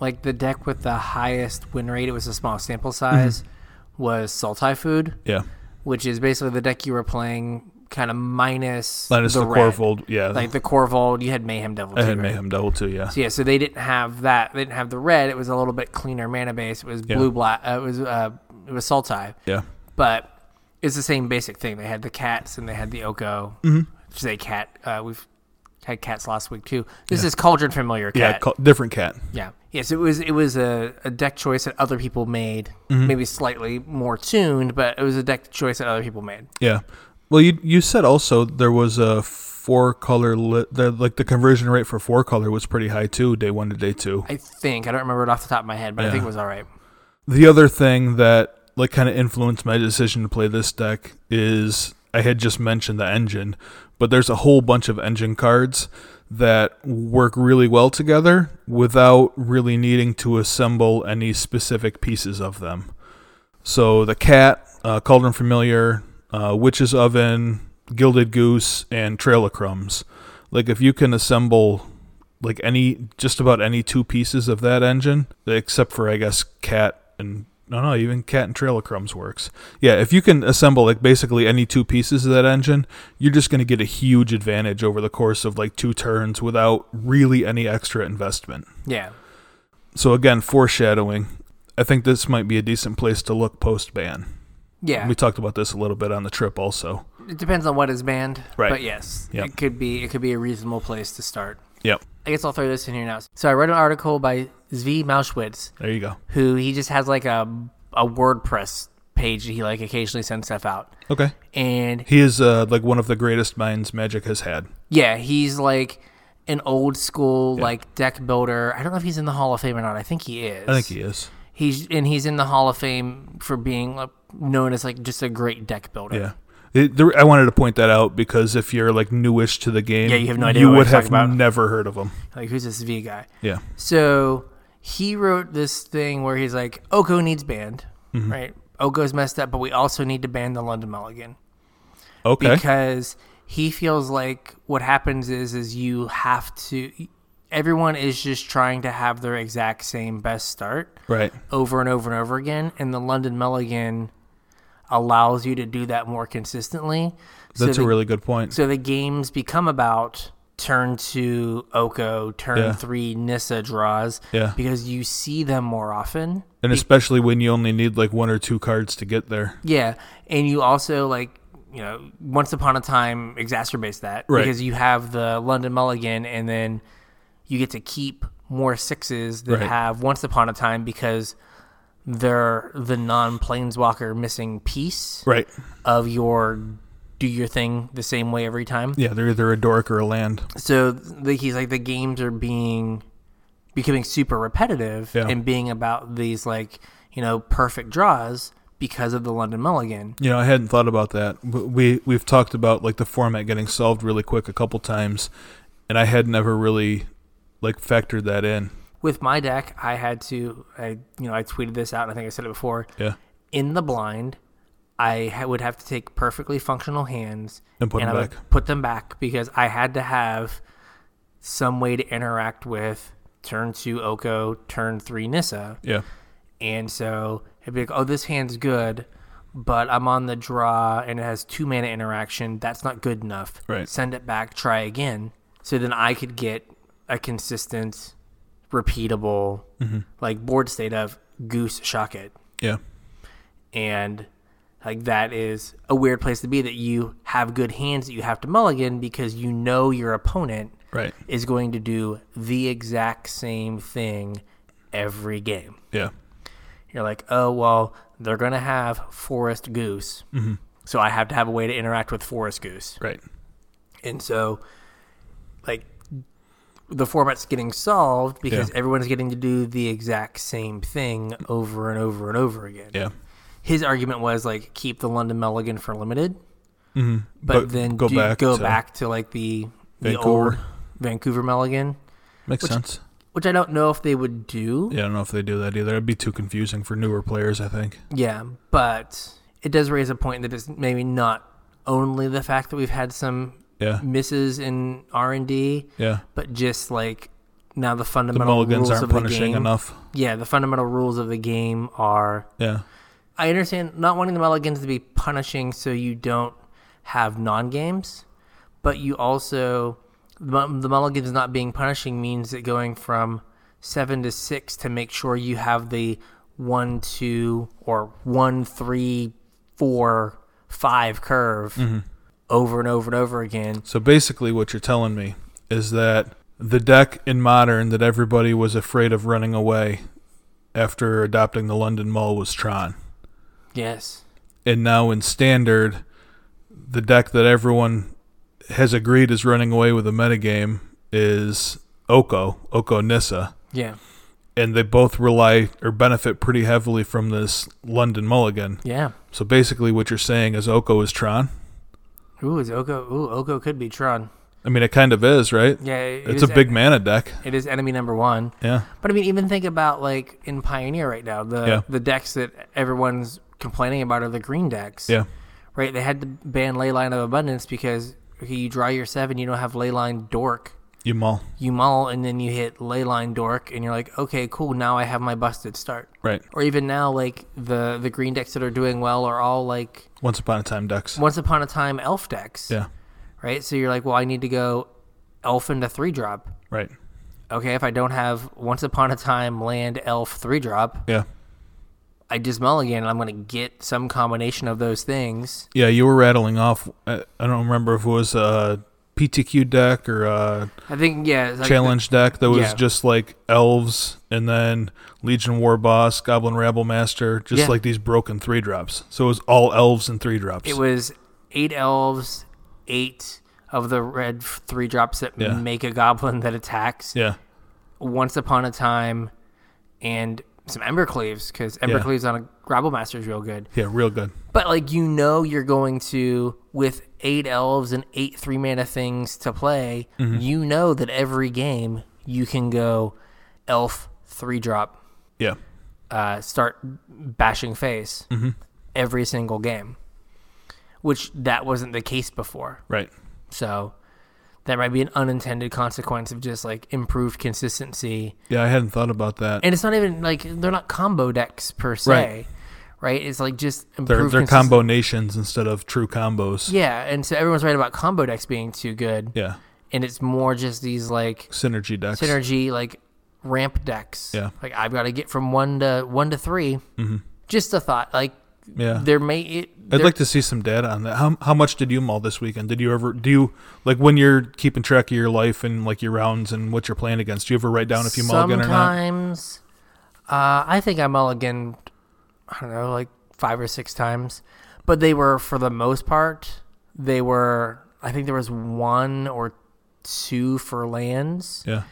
S1: like the deck with the highest win rate, it was a small sample size, was Sultai Food,
S2: Yeah.
S1: which is basically the deck you were playing, kind of minus
S2: Minus the,
S1: red.
S2: Corvold, yeah.
S1: Like the Corvold, you had Mayhem Devil.
S2: I
S1: too,
S2: had
S1: right?
S2: Mayhem Devil too, yeah.
S1: So yeah, so they didn't have that. They didn't have the red. It was a little bit cleaner mana base. It was blue black. Uh, it was uh, it was Sultai,
S2: Yeah.
S1: but it's the same basic thing. They had the cats and they had the Oko.
S2: Mm-hmm.
S1: Which is a cat. Uh, we've had cats last week too. This is Cauldron Familiar Cat.
S2: Yeah, co- different cat.
S1: Yeah. Yes, it was it was a, a deck choice that other people made,
S2: Mm-hmm.
S1: maybe slightly more tuned, but it was a deck choice that other people made.
S2: Yeah. Well, you you said also there was a four color li- the, like the conversion rate for four color was pretty high too, day one to day two.
S1: I think I don't remember it off the top of my head, but I think
S2: Yeah.
S1: it was all right.
S2: The other thing that like kind of influenced my decision to play this deck is I had just mentioned the engine, but there's a whole bunch of engine cards that work really well together without really needing to assemble any specific pieces of them. So the cat, uh, cauldron familiar, uh, witch's oven, gilded goose, and trail of crumbs. Like if you can assemble like any just about any two pieces of that engine, except for I guess cat and no no even cat and trail of crumbs works. Yeah, if you can assemble like basically any two pieces of that engine, you're just going to get a huge advantage over the course of like two turns without really any extra investment.
S1: Yeah.
S2: So again, foreshadowing. I think this might be a decent place to look post ban.
S1: Yeah.
S2: We talked about this a little bit on the trip also.
S1: it depends on what is banned.
S2: Right.
S1: But yes,
S2: Yep.
S1: it could be it could be a reasonable place to start.
S2: Yep.
S1: I guess I'll throw this in here now. So I read an article by Zvi Mauschwitz,
S2: There you go.
S1: who he just has like a a WordPress page that he like occasionally sends stuff out.
S2: Okay.
S1: And
S2: He is uh, like one of the greatest minds Magic has had.
S1: yeah, he's like an old school like deck builder. I don't know if he's in the Hall of Fame or not. I think he is.
S2: I think he is.
S1: he's and he's in the Hall of Fame for being like, known as like just a great deck builder.
S2: Yeah. It, there, I wanted to point that out because if you're like newish to the game,
S1: Yeah, you have no idea
S2: You
S1: what
S2: would
S1: he's
S2: have
S1: talking about.
S2: never heard of him.
S1: Like who's this V guy?
S2: Yeah.
S1: So he wrote this thing where he's like, Oko needs banned,
S2: Mm-hmm.
S1: right? Oko's messed up, but we also need to ban the London Mulligan
S2: Okay.
S1: because he feels like what happens is is you have to. Everyone is just trying to have their exact same best start
S2: right.
S1: over and over and over again, and the London Mulligan allows you to do that more consistently. So
S2: That's
S1: the-
S2: a really good point.
S1: so the games become about turn two Oko, turn
S2: Yeah.
S1: three Nissa draws.
S2: Yeah.
S1: Because you see them more often.
S2: and especially when you only need like one or two cards to get there.
S1: Yeah. And you also like you know, once upon a time exacerbates that.
S2: Right.
S1: Because you have the London Mulligan and then you get to keep more sixes that
S2: Right.
S1: have once upon a time because they're the non planeswalker missing piece
S2: Right.
S1: of your do your thing the same way every time.
S2: Yeah, they're either a dork or a land.
S1: so the, he's like the games are being becoming super repetitive
S2: Yeah.
S1: and being about these like you know perfect draws because of the London Mulligan.
S2: You know, I hadn't thought about that. W- We we've talked about like the format getting solved really quick a couple times, and I had never really like factored that in.
S1: With my deck, I had to I you know I tweeted this out and I think I said it before.
S2: Yeah.
S1: In the blind, I ha- would have to take perfectly functional hands
S2: And put them
S1: I would
S2: back.
S1: put them back because I had to have some way to interact with turn two Oko, turn three Nissa.
S2: Yeah.
S1: And so it'd be like, oh, this hand's good, but I'm on the draw and it has two mana interaction. That's not good enough.
S2: Right.
S1: Send it back, try again. So then I could get a consistent, repeatable, like board state of goose shock it.
S2: Yeah.
S1: And like that is a weird place to be that you have good hands that you have to mulligan because you know your opponent
S2: Right.
S1: is going to do the exact same thing every game
S2: Yeah.
S1: you're like, oh well, they're gonna have Forest Goose, mm-hmm. so I have to have a way to interact with Forest Goose,
S2: Right.
S1: and so like the format's getting solved because
S2: Yeah.
S1: everyone's getting to do the exact same thing over and over and over again.
S2: Yeah.
S1: His argument was like keep the London Mulligan for limited, but,
S2: Mm-hmm. But
S1: then
S2: go
S1: do,
S2: back
S1: go
S2: to
S1: back to like the the old
S2: Vancouver.
S1: Vancouver Mulligan,
S2: Makes sense.
S1: which I don't know if they would do.
S2: Yeah, I don't know if they do that either. It'd be too confusing for newer players, I think.
S1: Yeah, but it does raise a point that it's maybe not only the fact that we've had some
S2: Yeah.
S1: misses in R and D,
S2: Yeah.
S1: but just like now the
S2: The
S1: fundamental
S2: mulligans
S1: rules
S2: aren't
S1: of the
S2: punishing
S1: game.
S2: enough.
S1: Yeah, the fundamental rules of the game are.
S2: Yeah.
S1: I understand not wanting the mulligans to be punishing, so you don't have non games, but you also the mu- the mulligans not being punishing means that going from seven to six to make sure you have the one two or one three four five curve
S2: Mm-hmm.
S1: over and over and over again.
S2: So basically, what you're telling me is that the deck in modern that everybody was afraid of running away after adopting the London Mull was Tron.
S1: Yes.
S2: And now in standard, the deck that everyone has agreed is running away with the metagame is Oko, Oko Nissa.
S1: Yeah.
S2: And they both rely or benefit pretty heavily from this London Mulligan.
S1: Yeah.
S2: So basically, what you're saying is Oko is Tron.
S1: Ooh, is Oko? Ooh, Oko could be Tron.
S2: I mean, it kind of is, right?
S1: Yeah, it
S2: it's
S1: is
S2: a big
S1: en-
S2: mana deck.
S1: It is enemy number one.
S2: Yeah.
S1: But I mean, even think about like in Pioneer right now, the
S2: Yeah.
S1: the decks that everyone's complaining about are the green decks.
S2: Yeah.
S1: Right. They had to ban Leyline of Abundance because okay, you draw your seven, you don't have Leyline Dork.
S2: You maul.
S1: You mull and then you hit Leyline Dork, and you're like, okay, cool. Now I have my busted start.
S2: Right.
S1: Or even now, like the the green decks that are doing well are all like
S2: Once upon a time decks.
S1: once upon a time elf decks.
S2: Yeah.
S1: Right. So you're like, well, I need to go elf into three drop.
S2: Right.
S1: Okay, if I don't have once upon a time land elf three drop,
S2: Yeah.
S1: I just mulligan and I'm going to get some combination of those things.
S2: Yeah, you were rattling off. I I don't remember if it was a PTQ deck or a
S1: I think, yeah. it's Like
S2: challenge deck that was
S1: yeah.
S2: just like elves and then Legion War Boss, Goblin Rabble Master, just
S1: Yeah.
S2: like these broken three drops. So it was all elves and three drops.
S1: the- it was eight elves, eight of the red f- three drops that
S2: Yeah.
S1: make a goblin that attacks
S2: yeah.
S1: once upon a time, and some Embercleaves, because Embercleaves on a Grabble Master is real good.
S2: Yeah, real good.
S1: But, like, you know, you're going to, with eight elves and eight three mana things to play,
S2: Mm-hmm.
S1: you know that every game you can go elf three drop.
S2: Yeah.
S1: uh, start bashing face
S2: Mm-hmm.
S1: every single game, which that wasn't the case before.
S2: Right.
S1: So that might be an unintended consequence of just like improved consistency.
S2: Yeah, I hadn't thought about that.
S1: And it's not even like they're not combo decks per se, right?
S2: Right.
S1: It's like just
S2: they're
S1: improved
S2: they're
S1: consist-
S2: combo nations instead of true combos.
S1: Yeah, and so everyone's right about combo decks being too good,
S2: Yeah.
S1: and it's more just these like
S2: Synergy decks.
S1: synergy like ramp decks.
S2: Yeah.
S1: like I've got to get from one to one to 3 Mm-hmm. Just a thought, like.
S2: yeah.
S1: There may it,
S2: I'd
S1: there-
S2: like to see some data on that. How how much did you mull this weekend? Did you ever do you like when you're keeping track of your life and like your rounds and what you're playing against? Do you ever write down if you mull again or not?
S1: Sometimes, uh, I think I mulligan. I don't know, like five or six times, but they were for the most part. They were. I think there was one or two for lands
S2: Yeah,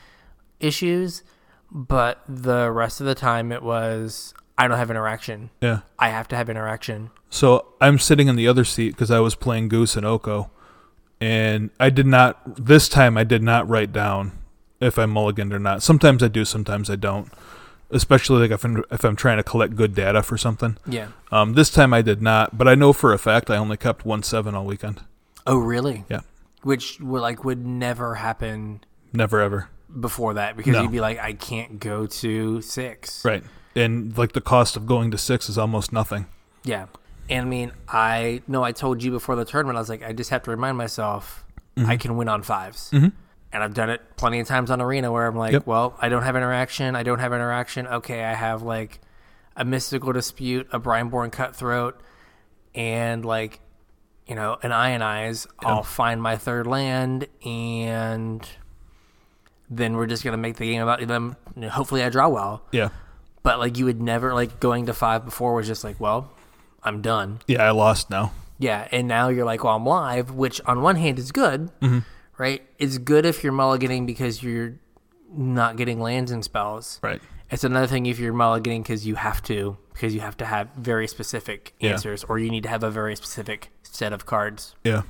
S1: issues, but the rest of the time it was I don't have interaction.
S2: yeah.
S1: I have to have interaction.
S2: So I'm sitting in the other seat because I was playing Goose and Oko, and I did not this time. I did not write down if I mulliganed or not. Sometimes I do, sometimes I don't. Especially like if I'm if I'm trying to collect good data for something.
S1: Yeah.
S2: Um, this time I did not, but I know for a fact I only kept one seven all weekend.
S1: Oh, really?
S2: Yeah,
S1: Which would like would never happen
S2: never ever.
S1: before that because
S2: No.
S1: you'd be like, I can't go to six.
S2: Right. And like the cost of going to six is almost nothing.
S1: Yeah. And I mean, I no, I told you before the tournament, I was like, I just have to remind myself I can win on 5s And I've done it plenty of times on Arena where I'm like,
S2: Yep.
S1: well, I don't have interaction. I don't have interaction. Okay, I have like a mystical dispute, a Brineborn cutthroat, and like, you know, an ionize. I'll find my third land and then we're just gonna make the game about them. Hopefully, I draw well,
S2: Yeah.
S1: but like you would never like going to five before was just like, well, I'm done.
S2: Yeah, I lost now.
S1: Yeah, and now you're like, well, I'm live, which on one hand is good,
S2: Mm-hmm.
S1: right? It's good if you're mulliganing because you're not getting lands and spells.
S2: Right.
S1: It's another thing if you're mulliganing because you have to, because you have to have very specific
S2: Yeah.
S1: answers, or you need to have a very specific set of cards.
S2: Yeah.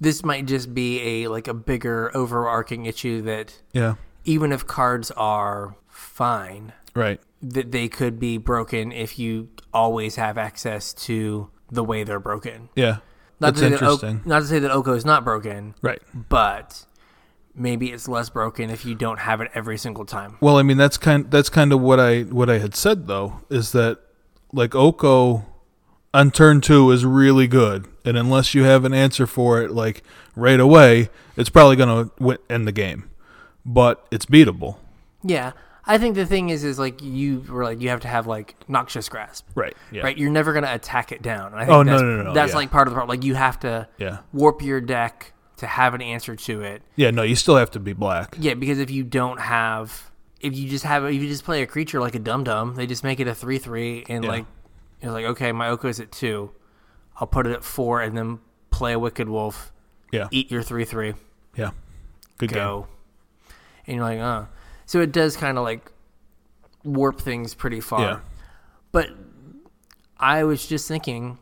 S1: This might just be a like a bigger overarching issue that
S2: Yeah.
S1: even if cards are fine,
S2: Right.
S1: that they could be broken if you always have access to the way they're broken.
S2: Yeah.
S1: Not
S2: That's
S1: to say that
S2: interesting.
S1: O- not to say that Oko is not broken,
S2: right.
S1: but maybe it's less broken if you don't have it every single time.
S2: Well, I mean that's kind that's kind of what I what I had said though, is that like Oko on turn two is really good. And unless you have an answer for it like right away, it's probably gonna win- end the game. But it's beatable.
S1: Yeah, I think the thing is, is like you were like you have to have like noxious grasp,
S2: Right. Yeah.
S1: right? You're never gonna attack it down. And I think
S2: Oh, no,
S1: that's,
S2: no, no,
S1: That's
S2: yeah.
S1: like part of the problem. Like you have to
S2: Yeah.
S1: warp your deck to have an answer to it.
S2: Yeah, no, you still have to be black.
S1: Yeah, because if you don't have, if you just have, if you just play a creature like a dum dum, they just make it a three three, and
S2: Yeah.
S1: like you're like, okay, my Oko's at two, I'll put it at four, and then play a Wicked Wolf,
S2: Yeah.
S1: eat your three three,
S2: Yeah. Good game.
S1: go, and you're like, uh. So it does kind of like warp things pretty far.
S2: Yeah.
S1: But I was just thinking,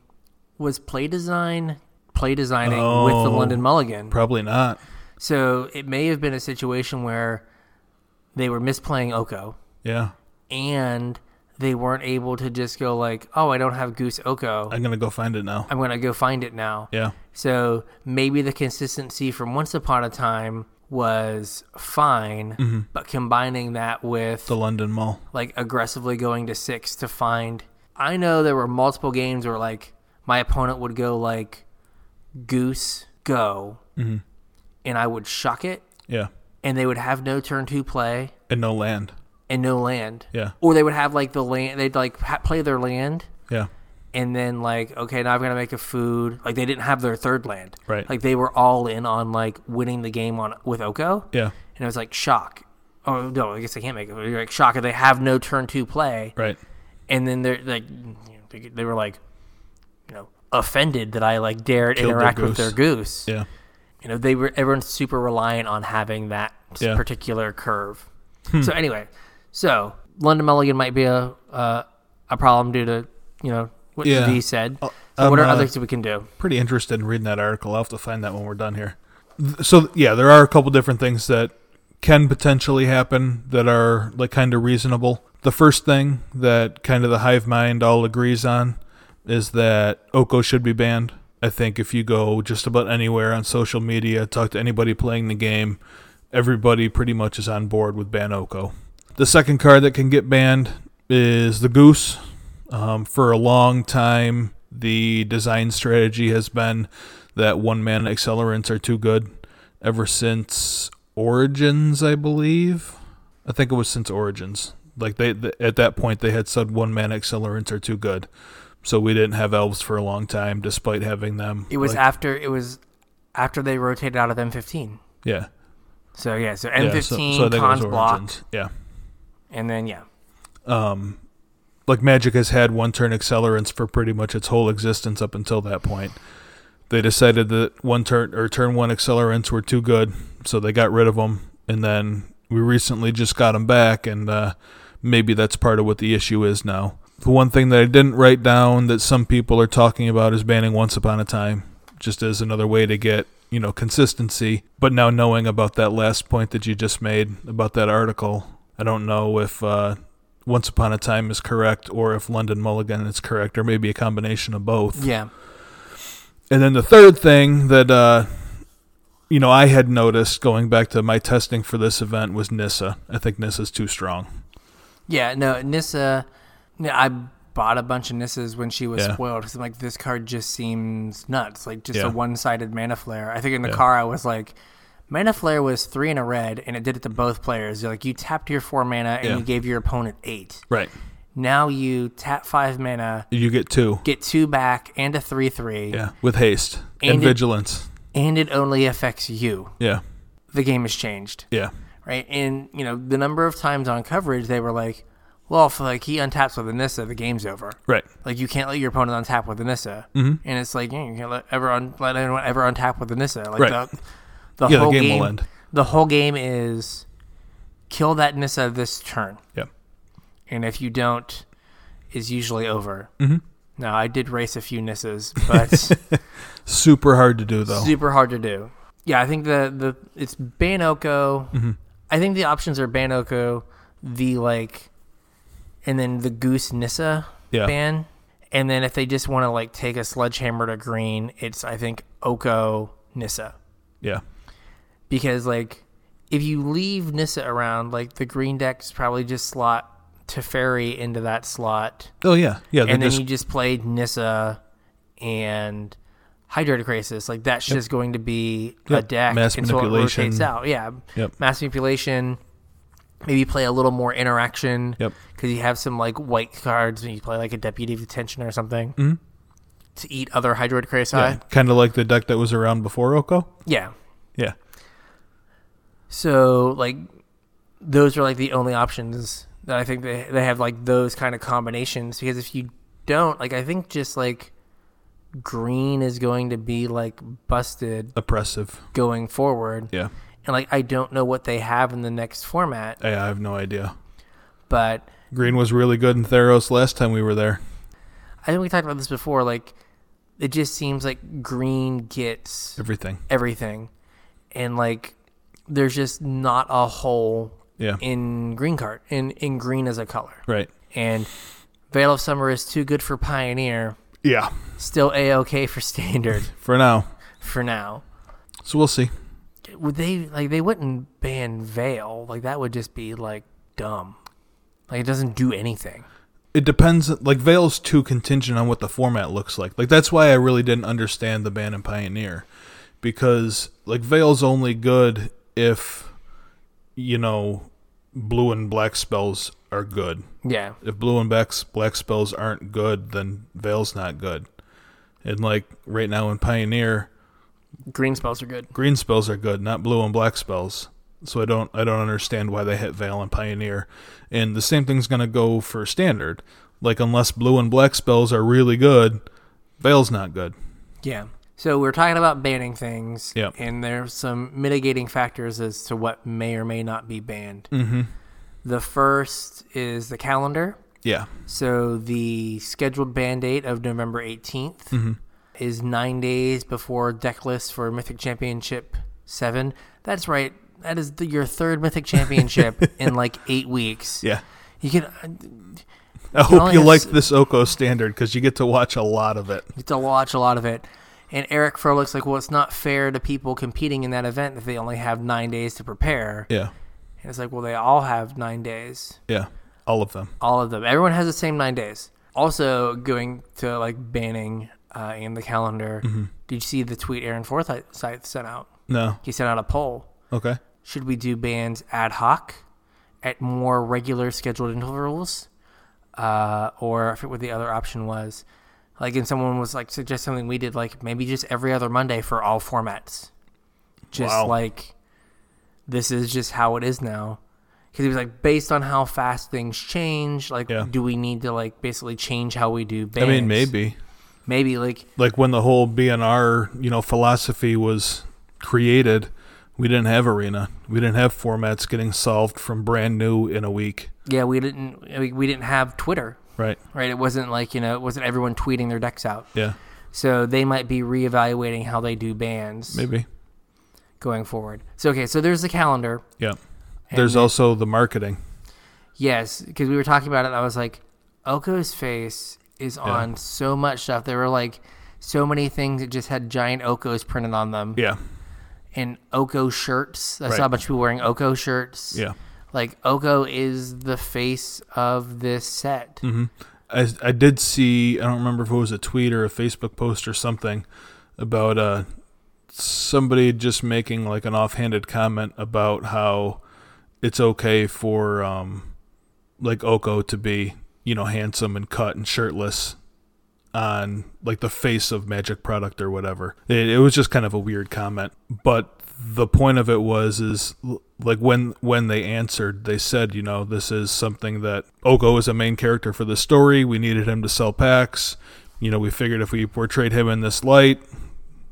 S1: was play design play designing with the
S2: Oh.
S1: London Mulligan.
S2: Probably not.
S1: So it may have been a situation where they were misplaying Oko
S2: Yeah.
S1: and they weren't able to just go like, "Oh, I don't have Goose Oko.
S2: I'm going to go find it now.
S1: I'm going to go find it now."
S2: Yeah.
S1: So maybe the consistency from Once Upon a Time was fine, but combining that with
S2: The London Mall.
S1: like aggressively going to six to find. I know there were multiple games where like my opponent would go like goose go, and I would shock it,
S2: Yeah.
S1: and they would have no turn two play
S2: And no land.
S1: and no land,
S2: Yeah.
S1: or they would have like the land they'd like ha- play their land.
S2: Yeah.
S1: And then like okay now I'm gonna make a food like they didn't have their third land
S2: Right.
S1: like they were all in on like winning the game on with Oko
S2: Yeah.
S1: and it was like shock oh no I guess they can't make it You're like shock and they have no turn two play
S2: Right.
S1: and then they're like you know, they, they were like you know offended that i like dared
S2: Killed their
S1: interact with their goose
S2: goose. Yeah.
S1: you know they were everyone's super reliant on having that s-
S2: Yeah. Hmm.
S1: particular curve so anyway so london mulligan might be a uh, a problem due to you know what
S2: Yeah.
S1: v said so
S2: I'm,
S1: what are
S2: uh,
S1: other things we can do
S2: Pretty interested in reading that article. I'll have to find that when we're done here. Th- So, yeah, there are a couple different things that can potentially happen that are like kind of reasonable. The first thing that kind of the hive mind all agrees on is that Oko should be banned. I think if you go just about anywhere on social media, talk to anybody playing the game, everybody pretty much is on board with ban Oko. The second card that can get banned is the Goose. Um, for a long time, the design strategy has been that one man accelerants are too good. Ever since Origins, I believe. I think it was since Origins. Like they th- at that point they had said one man accelerants are too good, so we didn't have elves for a long time, despite having them.
S1: it was
S2: like-
S1: after it was after they rotated out of m15
S2: yeah,
S1: so yeah so
S2: yeah, so-
S1: m15
S2: so I think it was
S1: cons block
S2: Origins. Yeah,
S1: and then yeah
S2: um, like Magic has had one turn accelerants for pretty much its whole existence up until that point. They decided that one turn or turn one accelerants were too good, so they got rid of them. And then we recently just got them back, and uh, maybe that's part of what the issue is now. The one thing that I didn't write down that some people are talking about is banning Once Upon a Time, just as another way to get you know consistency. But now knowing about that last point that you just made about that article, I don't know if uh, once Upon a Time is correct, or if London Mulligan is correct, or maybe a combination of both.
S1: yeah
S2: And then the third thing that, uh, you know, I had noticed going back to my testing for this event was Nissa. I think Nissa's too strong.
S1: Yeah, no, Nissa. No, I bought a bunch of Nissas when she was
S2: Yeah.
S1: spoiled because I'm like, this card just seems nuts. Like just
S2: Yeah.
S1: a one-sided mana flare. I think in the
S2: Yeah.
S1: car I was like, mana flare was three and a red, and it did it to both players. You're like you tapped your four mana and
S2: Yeah.
S1: you gave your opponent eight.
S2: Right.
S1: Now you tap five mana,
S2: You get two.
S1: get two back and a three-three,
S2: Yeah. With haste and,
S1: And it-
S2: vigilance.
S1: and it only affects you.
S2: Yeah.
S1: The game has changed.
S2: Yeah.
S1: right? And you know, the number of times on coverage they were like, "Well, if like he untaps with Anissa, the game's over."
S2: Right.
S1: Like you can't let your opponent untap with Anissa,
S2: Mm-hmm.
S1: mm and it's like yeah, you can't let ever un- let anyone ever untap with Anissa. Like
S2: Right.
S1: the the
S2: Yeah, the
S1: whole
S2: game will
S1: game,
S2: end.
S1: the whole game is kill that Nissa this turn,
S2: Yeah.
S1: and if you don't, is usually over. Mm-hmm. Now I did race a few
S2: [laughs]
S1: Nissas, but.
S2: Super hard to do, though.
S1: super hard to do. Yeah, I think the the it's Banoko.
S2: Mm-hmm.
S1: I think the options are Banoko, the like, and then the Goose Nissa
S2: Yeah.
S1: ban, and then if they just want to like take a sledgehammer to green, it's I think Oko Nissa
S2: yeah.
S1: because like if you leave Nissa around, like the green decks probably just slot Teferi into that slot,
S2: Oh, yeah. Yeah. They
S1: and then
S2: just,
S1: you just played Nissa and Hydroticrasis. Like that's just going to be a
S2: Yep.
S1: deck
S2: Mass
S1: until it rotates
S2: manipulation.
S1: out. Yeah,
S2: Yep.
S1: mass manipulation. Maybe play a little more interaction
S2: Yep.
S1: because you have some like white cards and you play like a Deputy of Detention or something to eat other Hydroticrasis.
S2: Mm-hmm. Yeah.
S1: Yeah.
S2: Kind of like the deck that was around before Oko.
S1: yeah.
S2: Yeah.
S1: So like those are like the only options that I think they they have like those kind of combinations because if you don't like I think just like green is going to be like busted
S2: Oppressive.
S1: going forward
S2: Yeah.
S1: and like I don't know what they have in the next format
S2: I, I have no idea.
S1: but
S2: Green was really good in Theros last time we were there.
S1: I think we talked about this before like it just seems like green gets
S2: everything.
S1: everything, and like there's just not a hole
S2: Yeah.
S1: in green card in in green as a color.
S2: Right.
S1: And Veil of Summer is too good for Pioneer.
S2: Yeah.
S1: Still a okay for standard [laughs]
S2: For now.
S1: for now.
S2: So we'll see.
S1: Would they like they wouldn't ban Veil? Like that would just be like dumb. Like it doesn't do anything.
S2: It depends. Like Veil's too contingent on what the format looks like. Like that's why I really didn't understand the ban and pioneer, because like Veil's only good if, you know, blue and black spells are good.
S1: Yeah.
S2: if blue and black, black spells aren't good, then Veil's not good. And like right now in Pioneer,
S1: Green spells are good.
S2: green spells are good, not blue and black spells. So I don't I don't understand why they hit Veil and Pioneer. And the same thing's gonna go for Standard. Like unless blue and black spells are really good, Veil's not good.
S1: Yeah. So we're talking about banning things,
S2: Yep.
S1: and there's some mitigating factors as to what may or may not be banned. The first is the calendar.
S2: Yeah.
S1: So the scheduled ban date of November 18th
S2: Mm-hmm.
S1: is nine days before deck list for Mythic Championship 7. That's right. That is the, your third Mythic
S2: [laughs]
S1: Championship in like eight weeks.
S2: Yeah.
S1: You can
S2: I hope
S1: only
S2: you
S1: have
S2: liked
S1: s-
S2: this Oko standard because you get to watch a lot of it.
S1: get to watch a lot of it. And Eric Froelic's like, well, it's not fair to people competing in that event that they only have nine days to prepare.
S2: Yeah.
S1: And it's like, well, they all have nine days.
S2: Yeah. All of them.
S1: All of them. Everyone has the same nine days. Also, going to like banning uh, in the calendar. Did you see the tweet Aaron Forsyth Syth sent out?
S2: No.
S1: He sent out a poll.
S2: Okay.
S1: Should we do bans ad hoc at more regular scheduled intervals? Uh, or I forget what the other option was. Like, and someone was like, suggest something we did, like maybe just every other Monday for all formats. Just
S2: Wow.
S1: like, this is just how it is now. Because he was like, based on how fast things change, like,
S2: Yeah.
S1: do we need to, like, basically change how we do
S2: I
S1: bans?
S2: mean maybe.
S1: Maybe, like,
S2: like when the whole BNR, you know, philosophy was created, we didn't have arena. We didn't have formats getting solved from brand new in a week.
S1: yeah, we didn't, we, we didn't have Twitter,
S2: Right.
S1: right? It wasn't like, you know, it wasn't everyone tweeting their decks out.
S2: Yeah.
S1: So they might be reevaluating how they do bans
S2: Maybe.
S1: going forward. So okay, so there's the calendar.
S2: Yeah. There's also the marketing.
S1: Yes, because we were talking about it. and I was like, Oko's face is on so much stuff. There were like so many things that just had giant Okos printed on them,
S2: Yeah.
S1: and Oko shirts. I saw a
S2: Right.
S1: bunch of people wearing Oko shirts.
S2: Yeah.
S1: like Oko is the face of this set.
S2: mm-hmm. I I did see I don't remember if it was a tweet or a Facebook post or something about uh somebody just making like an offhanded comment about how it's okay for um like Oko to be, you know, handsome and cut and shirtless on like the face of magic product or whatever. It, it was just kind of a weird comment, but the point of it was is l- like when when they answered, they said, you know, this is something that Oko is a main character for the story. We needed him to sell packs. You know, we figured if we portrayed him in this light,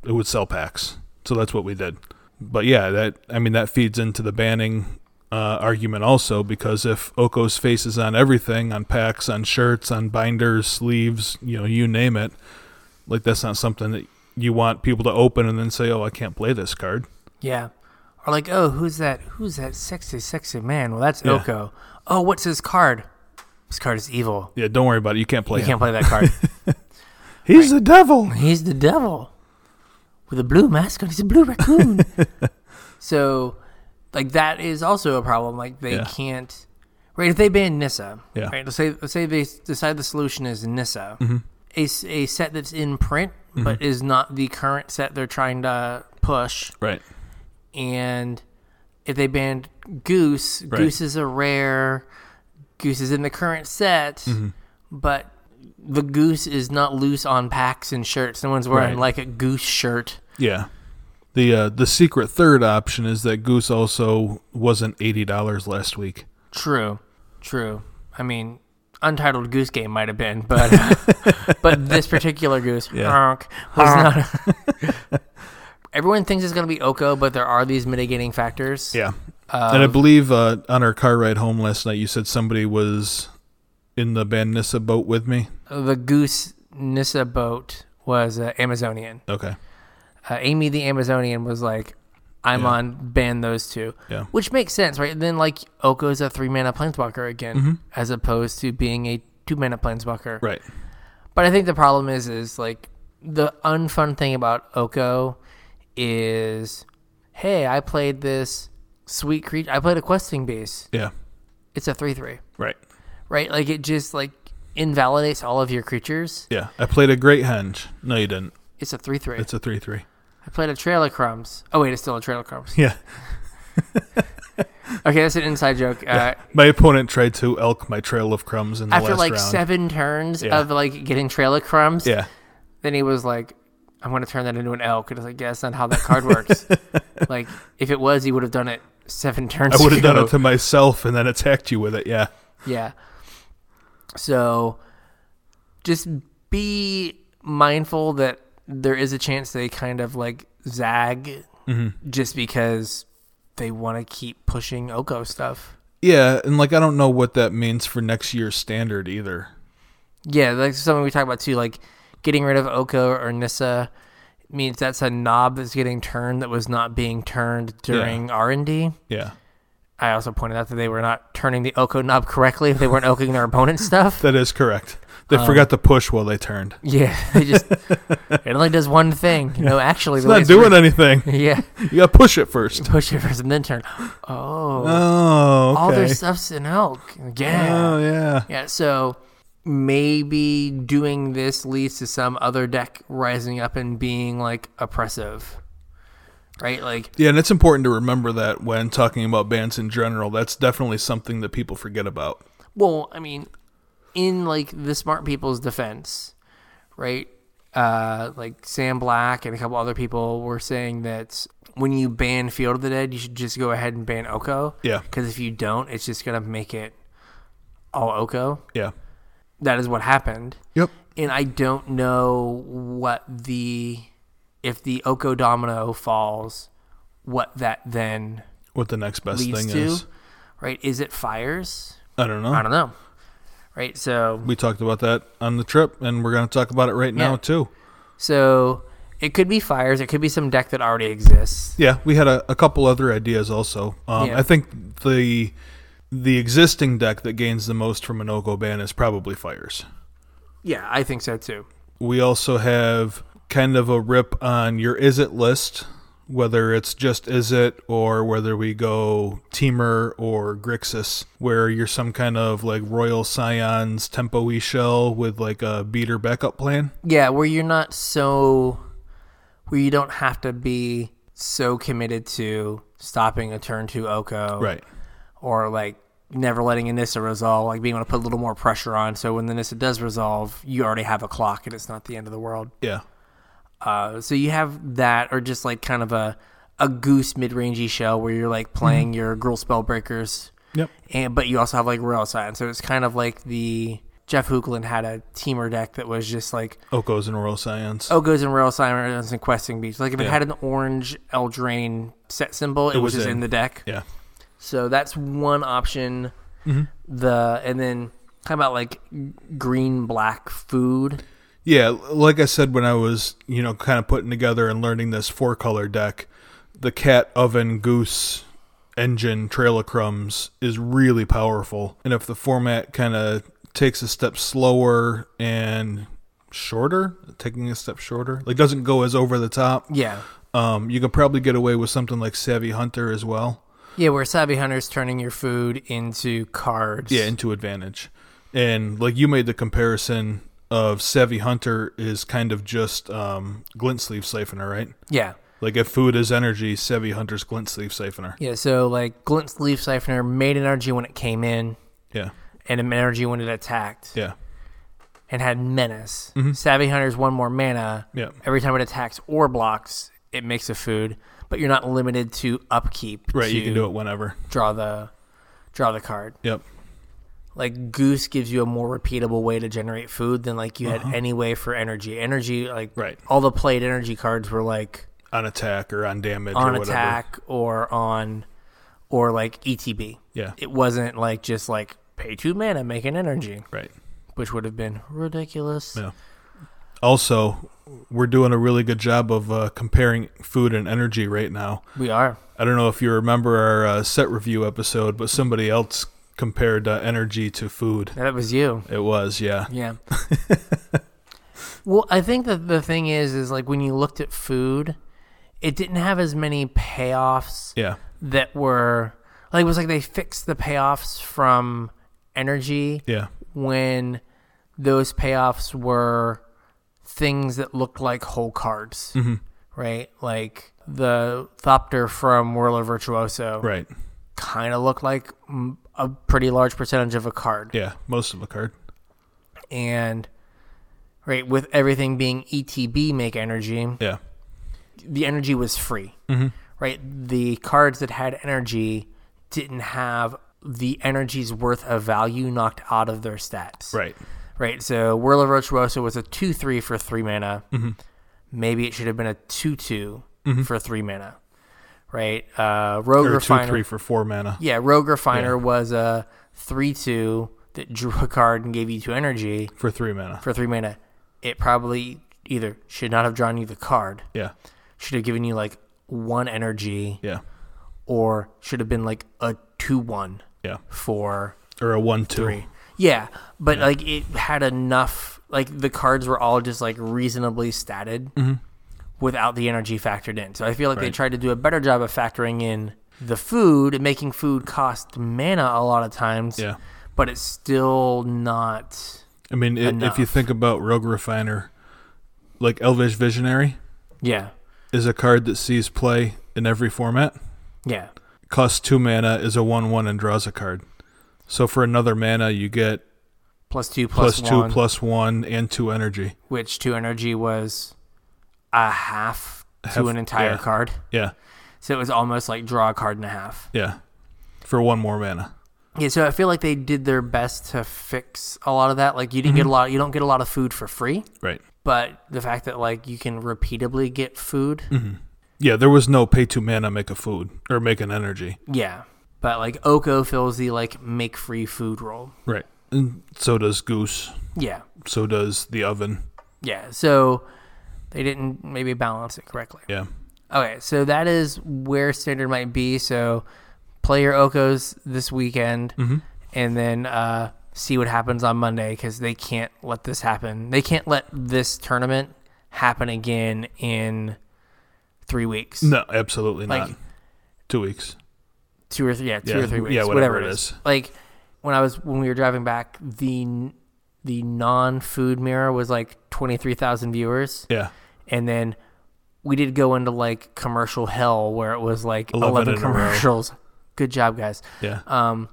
S2: it would sell packs. So that's what we did. But yeah, that I mean that feeds into the banning uh, argument also because if Oko's face is on everything, on packs, on shirts, on binders, sleeves, you know, you name it, like that's not something that you want people to open and then say, "Oh, I can't play this card."
S1: Yeah. Or like, oh, who's that? Who's that sexy, sexy man? Well, that's
S2: Yeah.
S1: Oko. Oh, what's his card? His card is evil.
S2: Yeah, don't worry about it. You can't play
S1: You can't
S2: him.
S1: play that
S2: [laughs]
S1: card.
S2: He's the
S1: [laughs]
S2: devil.
S1: He's the devil with a blue mask on. He's a blue
S2: [laughs]
S1: raccoon. so, like that is also a problem. Like they
S2: Yeah.
S1: can't. Right, if they ban Nissa,
S2: Yeah. Mm-hmm.
S1: right? Let's say let's say they s- decide the solution is Nissa, a s a a set that's in print but is not the current set they're trying to push.
S2: Right.
S1: and if they banned Goose,
S2: Right.
S1: Goose is a rare. Goose is in the current set,
S2: Mm-hmm.
S1: but the Goose is not loose on packs and shirts. No one's wearing
S2: Right.
S1: like a Goose shirt.
S2: Yeah. The uh, the secret third option is that Goose also wasn't eighty dollars last week.
S1: True, true. I mean, Untitled Goose Game might have been,
S2: [laughs]
S1: but but this particular Goose
S2: Yeah.
S1: honk, was not.
S2: [laughs]
S1: [laughs] Everyone thinks it's going to be Oko, but there are these mitigating factors.
S2: Yeah. and I believe uh, on our car ride home last night, you said somebody was in the Van Nissa boat with me.
S1: the goose Nissa boat was uh, Amazonian.
S2: Okay.
S1: Uh, Amy the Amazonian was like, I'm
S2: Yeah.
S1: on ban those two,
S2: Yeah.
S1: which makes sense, right? Then like Oko's a three mana planeswalker again, as opposed to being a two mana planeswalker.
S2: Mm-hmm. Right.
S1: But I think the problem is, is like the unfun thing about Oko is, hey, I played this sweet creature. I played a questing base.
S2: Yeah.
S1: It's a three three,
S2: Right.
S1: right? Like it just like invalidates all of your creatures.
S2: Yeah. I played a great henge. No, you didn't.
S1: It's a three three.
S2: It's a three three.
S1: I played a trail of crumbs. Oh wait, it's still a trail of crumbs. [laughs]
S2: Yeah.
S1: Okay, that's an inside joke. Uh,
S2: My opponent tried to elk my trail of crumbs in the
S1: after
S2: last
S1: like
S2: round.
S1: seven turns
S2: Yeah.
S1: of like getting trail of crumbs,
S2: yeah.
S1: then he was like, "I'm going to turn that into an elk." And I was like, yeah, "That's not how that card
S2: [laughs]
S1: works." like, if it was, he would have done it seven turns.
S2: I would have done
S1: ago.
S2: it to myself and then attacked you with it. Yeah.
S1: Yeah. So, just be mindful that there is a chance they kind of like zag,
S2: Mm-hmm.
S1: just because they want to keep pushing Oko stuff.
S2: Yeah, and like I don't know what that means for next year's standard either.
S1: Yeah, that's something we talk about too. Like getting rid of Oko or Nissa means that's a knob that's getting turned that was not being turned during R and D.
S2: Yeah.
S1: I also pointed out that they were not turning the Oko knob correctly if they weren't oking their
S2: [laughs]
S1: opponent's stuff.
S2: That is correct. They forgot to push while they turned.
S1: Yeah, they just it only does one thing. No, actually,
S2: It's not doing anything.
S1: [laughs] Yeah,
S2: You gotta push it first.
S1: push it first and then turn. Oh,
S2: Oh, okay.
S1: all their stuff's in elk. Yeah,
S2: Oh yeah.
S1: Yeah, so maybe doing this leads to some other deck rising up and being like oppressive. Right? Like
S2: Yeah, and it's important to remember that when talking about bans in general, that's definitely something that people forget about.
S1: well, I mean, in like the smart people's defense, right? Uh like Sam Black and a couple other people were saying that when you ban Field of the Dead, you should just go ahead and ban Oko.
S2: Yeah.
S1: Because if you don't, it's just gonna make it all Oko.
S2: Yeah.
S1: That is what happened.
S2: Yep.
S1: and I don't know what the if the Oko domino falls, what that then
S2: What the next best
S1: leads
S2: thing
S1: to,
S2: is.
S1: right? Is it fires?
S2: I don't know.
S1: I don't know, right? So
S2: We talked about that on the trip and we're gonna talk about it right
S1: Yeah.
S2: now too.
S1: so it could be fires. It could be some deck that already exists.
S2: Yeah, we had a, a couple other ideas also. Um,
S1: Yeah.
S2: I think the the existing deck that gains the most from an Oko ban is probably Fires.
S1: Yeah, I think so too.
S2: We also have kind of a rip on your Is It list, whether it's just Is It or whether we go Teamer or Grixis, where you're some kind of like Royal Scions tempo y shell with like a beater backup plan.
S1: Yeah, where you're not so where you don't have to be so committed to stopping a turn two Oko,
S2: Right.
S1: or like never letting a Nissa resolve, like being able to put a little more pressure on. So when the Nissa does resolve, you already have a clock and it's not the end of the world.
S2: Yeah.
S1: Uh, so you have that, or just like kind of a a goose mid rangey shell where you're like playing your girl spellbreakers,
S2: Yep.
S1: and but you also have like royal science. So it's kind of like the Jeff Hoogland had a teamer deck that was just like
S2: Okos and Royal Scions.
S1: Ogos and Royal Sirens and Questing Beach. Like if it had an orange Eldraine set symbol, it, was,
S2: was
S1: just in
S2: in.
S1: the deck.
S2: Yeah.
S1: So that's one option. The and then how about like g- green black food?
S2: Yeah, like I said when I was, you know, kind of putting together and learning this four color deck, the cat, oven, goose, engine, trail of crumbs is really powerful. And if the format kind of takes a step slower and shorter, taking a step shorter, like doesn't go as over the top,
S1: Yeah,
S2: um, you could probably get away with something like Savvy Hunter as well.
S1: yeah. Where Savvy Hunter's turning your food into cards.
S2: Yeah, into advantage. And like you made the comparison of Savvy Hunter is kind of just um, Glint Sleeve Siphoner, right?
S1: yeah,
S2: Like if food is energy, Sevi Hunter's glint sleeve siphoner.
S1: yeah. So like Glint's Leaf Siphoner made energy when it came in,
S2: Yeah.
S1: and energy when it attacked,
S2: Yeah.
S1: and had menace.
S2: Mm-hmm.
S1: Savvy Hunter's one more mana.
S2: Yeah.
S1: Every time it attacks or blocks, it makes a food, but you're not limited to upkeep.
S2: Right.
S1: To
S2: You can do it whenever.
S1: Draw the draw the card.
S2: Yep.
S1: like goose gives you a more repeatable way to generate food than like you had any way for energy energy like
S2: Uh-huh. Right.
S1: all the played energy cards were like
S2: On attack or on damage
S1: on
S2: or whatever.
S1: attack or on or like etb
S2: Yeah.
S1: it wasn't like just like pay two mana make an energy
S2: Right.
S1: which would have been ridiculous
S2: Yeah. Also, we're doing a really good job of uh, comparing food and energy right now.
S1: We are.
S2: I don't know if you remember our uh, set review episode, but somebody else compared uh, energy to food.
S1: That was you.
S2: It was, yeah. [laughs]
S1: Yeah. well, I think that the thing is, is like when you looked at food, it didn't have as many payoffs
S2: Yeah.
S1: that were like it was like they fixed the payoffs from energy
S2: Yeah.
S1: when those payoffs were things that looked like whole cards,
S2: Mm-hmm.
S1: right? Like the Thopter from Whirler Virtuoso
S2: Right.
S1: kind of looked like mm, a pretty large percentage of a card.
S2: Yeah. Most of the card.
S1: And right with everything being ETB make energy,
S2: Yeah.
S1: the energy was free,
S2: Mm-hmm.
S1: right? The cards that had energy didn't have the energy's worth of value knocked out of their stats.
S2: Right.
S1: Right. So Whirl of Rochrosa was a 2 3 for 3 mana.
S2: Mm-hmm.
S1: Maybe it should have been a 2 2 for 3 mana. Right. Uh, Rogue
S2: Or two,
S1: Refiner.
S2: three for four mana.
S1: Yeah. Rogue Refiner was a 3 2 that drew a card and gave you 2 energy
S2: For three mana.
S1: for 3 mana. It probably either should not have drawn you the card,
S2: Yeah.
S1: should have given you like 1 energy,
S2: Yeah.
S1: or should have been like a 2 1
S2: Yeah.
S1: for
S2: Or a one, two.
S1: Yeah, but like it had enough. Like the cards were all just like reasonably statted without the energy factored in. So I feel like they
S2: Mm-hmm. Right.
S1: tried to do a better job of factoring in the food and making food cost mana a lot of times.
S2: Yeah.
S1: but it's still not.
S2: I mean, i if
S1: Enough.
S2: you think about Rogue Refiner, like Elvish Visionary
S1: Yeah,
S2: is a card that sees play in every format.
S1: yeah,
S2: Costs two mana, is a one-one, and draws a card. So for another mana, you get
S1: plus two, plus
S2: plus two,
S1: one,
S2: plus one, and two energy.
S1: which two energy was a half to
S2: Half-
S1: an entire
S2: yeah.
S1: card.
S2: Yeah,
S1: So it was almost like draw a card and a half.
S2: yeah, for one more mana.
S1: Yeah, so I feel like they did their best to fix a lot of that. Like you didn't
S2: Mhm.
S1: get a lot you don't get a lot of food for free,
S2: Right.
S1: but the fact that like you can repeatably get food.
S2: Mhm. Yeah, there was no pay two mana make a food or make an energy.
S1: Yeah. But like Oko fills the like make free food role.
S2: Right. And so does Goose.
S1: Yeah.
S2: So does the oven.
S1: Yeah. So they didn't maybe balance it correctly.
S2: Yeah.
S1: Okay, so that is where standard might be. So play your Okos this weekend, and then uh, see what happens on Monday because they can't let this happen. They can't let this tournament happen again in three weeks.
S2: No, absolutely
S1: Like-
S2: not. Two weeks.
S1: Two or three, yeah, two
S2: Yeah,
S1: or three weeks,
S2: yeah,
S1: whatever, it is. Like when I was when we were driving back, the the non food mirror was like twenty three thousand viewers,
S2: Yeah.
S1: and then. We did go into like commercial hell where it was like 11,
S2: 11 in a row.
S1: commercials. Good job, guys.
S2: Yeah.
S1: Um,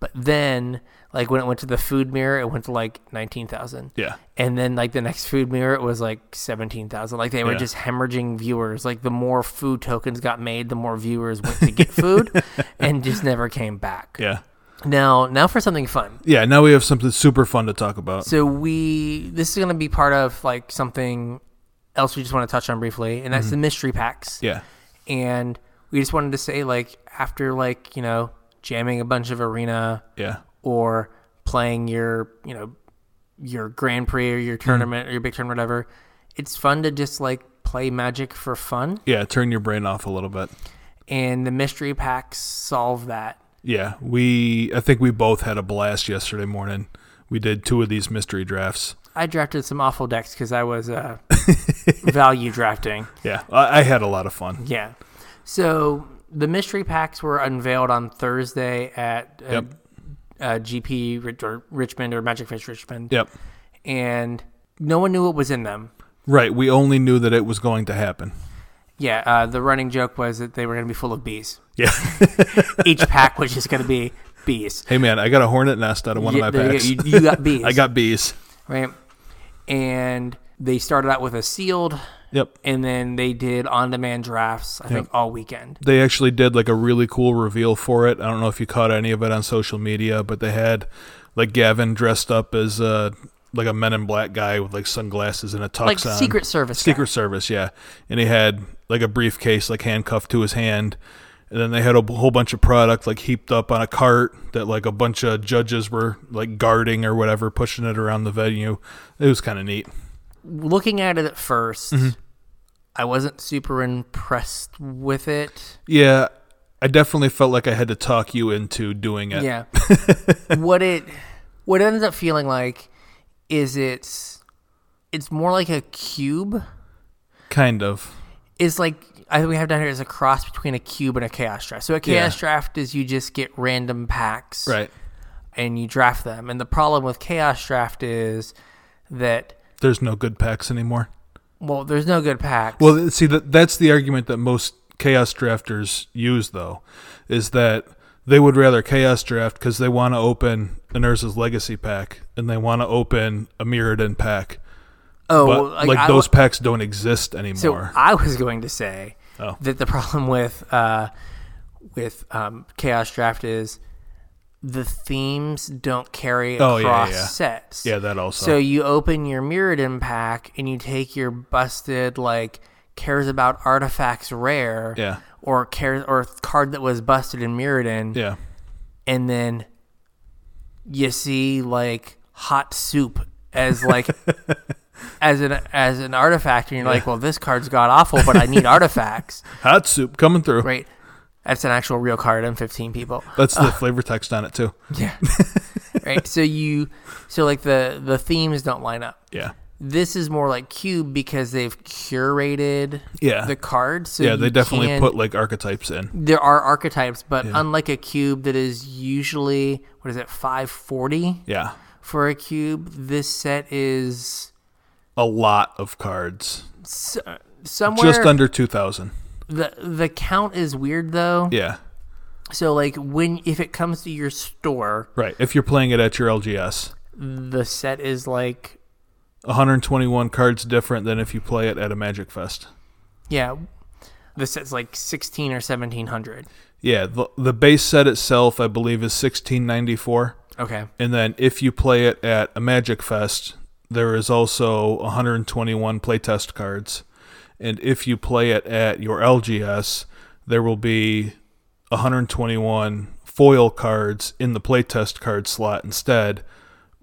S1: but then, like when it went to the food mirror, it went to like nineteen thousand,
S2: yeah.
S1: and then like the next food mirror, it was like seventeen thousand. Like they were
S2: Yeah.
S1: just hemorrhaging viewers. Like the more food tokens got made, the more viewers went to get
S2: [laughs]
S1: food, and just never came back.
S2: Yeah.
S1: Now, now for something fun.
S2: Yeah. Now we have something super fun to talk about.
S1: So we this is going to be part of like something else we just want to touch on briefly, and that's
S2: Mm-hmm.
S1: the mystery packs.
S2: Yeah.
S1: And we just wanted to say like after like you know jamming a bunch of arena
S2: Yeah.
S1: or playing your you know your grand prix or your tournament or your big tournament whatever it's fun to just like play magic for fun
S2: Yeah. Turn your brain off a little bit.
S1: and the mystery packs solve that
S2: Yeah. We, I think we both had a blast yesterday morning. We did two of these mystery drafts.
S1: i drafted some awful decks because i was uh, value drafting
S2: Yeah. I, I had a lot of fun.
S1: yeah so the mystery packs were unveiled on thursday at uh,
S2: Yep.
S1: uh, gp Rich- or richmond or magic Fest richmond
S2: Yep.
S1: and no one knew what was in them
S2: Right. We only knew that it was going to happen.
S1: yeah uh, the running joke was that they were going to be full of bees
S2: Yeah.
S1: each pack was just going to be bees.
S2: hey, man, I got a hornet nest out of one
S1: Yeah,
S2: of my
S1: there you go.
S2: packs.
S1: You, you
S2: [laughs]
S1: got bees.
S2: I got bees.
S1: right, and they started out with a sealed,
S2: Yep.
S1: and then they did on-demand drafts. I think all weekend.
S2: They actually did like a really cool reveal for it. I don't know if you caught any of it on social media, but they had like Gavin dressed up as uh like a Men in Black guy with like sunglasses and a tux
S1: Like
S2: on.
S1: Secret Service.
S2: Secret
S1: guy.
S2: Service, yeah. And he had like a briefcase like handcuffed to his hand. And then they had a b- whole bunch of product like heaped up on a cart that like a bunch of judges were like guarding or whatever, pushing it around the venue. It was kind of neat.
S1: looking at it at 1st
S2: Mm-hmm.
S1: I wasn't super impressed with it.
S2: Yeah, I definitely felt like I had to talk you into doing it.
S1: Yeah.
S2: [laughs]
S1: what it what it ends up feeling like is it's it's more like a cube.
S2: Kind of.
S1: It's like I think we have down here is a cross between a cube and a chaos draft. So a chaos draft is you just get random packs.
S2: Right.
S1: and you draft them. And the problem with chaos draft is that
S2: There's no good packs anymore.
S1: well, there's no good packs.
S2: Well, th- see that that's the argument that most chaos drafters use, though, is that they would rather chaos draft because they want to open an Urza's Legacy pack and they want to open a Mirrodin pack,
S1: oh,
S2: but
S1: well,
S2: like
S1: I-
S2: those packs don't exist
S1: So
S2: anymore.
S1: I was going to say
S2: Oh.
S1: that the problem with uh, with um, chaos draft is the themes don't carry
S2: Oh,
S1: across
S2: yeah, yeah.
S1: sets.
S2: yeah, that also.
S1: So you open your Mirrodin pack and you take your busted like cares about artifacts rare
S2: Yeah.
S1: or cares or card that was busted in Mirrodin
S2: yeah,
S1: and then you see like hot soup as like
S2: [laughs]
S1: as an as an artifact and you're like well this card's god awful but i need artifacts [laughs]
S2: hot soup coming through.
S1: right that's an actual real card in 15 people [laughs]
S2: That's the flavor text on it too.
S1: yeah [laughs] right so you so like the the themes don't line up
S2: Yeah,
S1: this is more like cube because they've curated
S2: yeah,
S1: the cards so
S2: yeah. They
S1: you
S2: definitely
S1: can-
S2: put like archetypes in.
S1: there are archetypes but unlike a cube that is usually what is it 540
S2: Yeah,
S1: for a cube. This set is
S2: a lot of cards,
S1: s- somewhere.
S2: just under two thousand.
S1: the the count is weird though.
S2: Yeah,
S1: So like when if it comes to your store,
S2: right. If you're playing it at your LGS,
S1: the set is like
S2: 121 cards different than if you play it at a Magic Fest.
S1: yeah, the set's like sixteen or seventeen hundred.
S2: Yeah, the, the base set itself, I believe, is 1694.
S1: Okay.
S2: And then if you play it at a Magic Fest, there is also 121 playtest cards. And if you play it at your LGS, there will be 121 foil cards in the playtest card slot instead.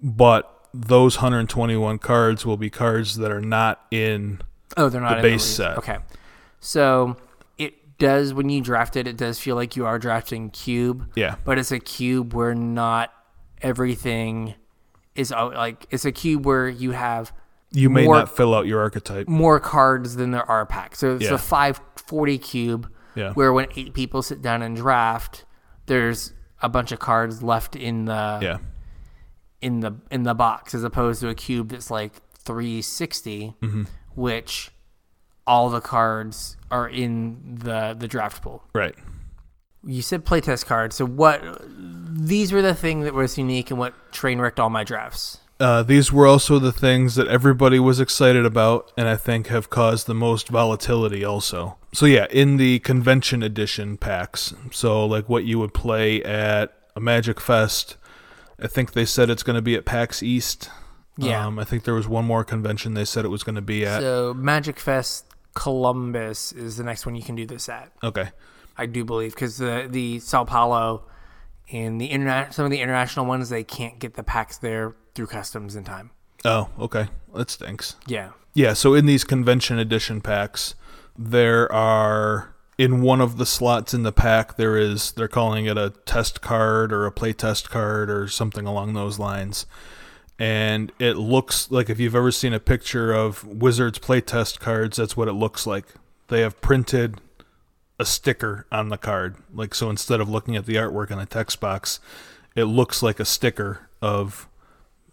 S2: But those 121 cards will be cards that are not in
S1: Oh, they're not in
S2: base
S1: release.
S2: set.
S1: Okay. So it does when you draft it, it does feel like you are drafting cube.
S2: Yeah.
S1: But it's a cube where not everything is uh, like it's a cube where you have
S2: you may
S1: more-
S2: not fill out your archetype.
S1: more cards than there are packs. So it's
S2: Yeah.
S1: a 540 cube
S2: Yeah.
S1: where when eight people sit down and draft, there's a bunch of cards left in the
S2: Yeah.
S1: in the in the box as opposed to a cube that's like 360
S2: Mm-hmm.
S1: which all the cards are in the the draft pool.
S2: Right.
S1: You said playtest cards. So what these were the thing that was unique and what train wrecked all my drafts.
S2: Uh, these were also the things that everybody was excited about, and I think have caused the most volatility also. So, yeah, in the convention edition packs, so like what you would play at a Magic Fest, I think they said it's going to be at PAX East.
S1: Yeah.
S2: Um, I think there was one more convention they said it was going to be at.
S1: So Magic Fest Columbus is the next one you can do this at.
S2: okay.
S1: I do believe because the the Sao Paulo and the interna- some of the international ones they can't get the packs there through customs in time.
S2: Oh, okay. That stinks.
S1: Yeah,
S2: Yeah, so in these convention edition packs, there are in one of the slots in the pack there is they're calling it a test card or a play test card or something along those lines. And it looks like if you've ever seen a picture of Wizards playtest cards, that's what it looks like. They have printed a sticker on the card. Like so instead of looking at the artwork on the text box, it looks like a sticker of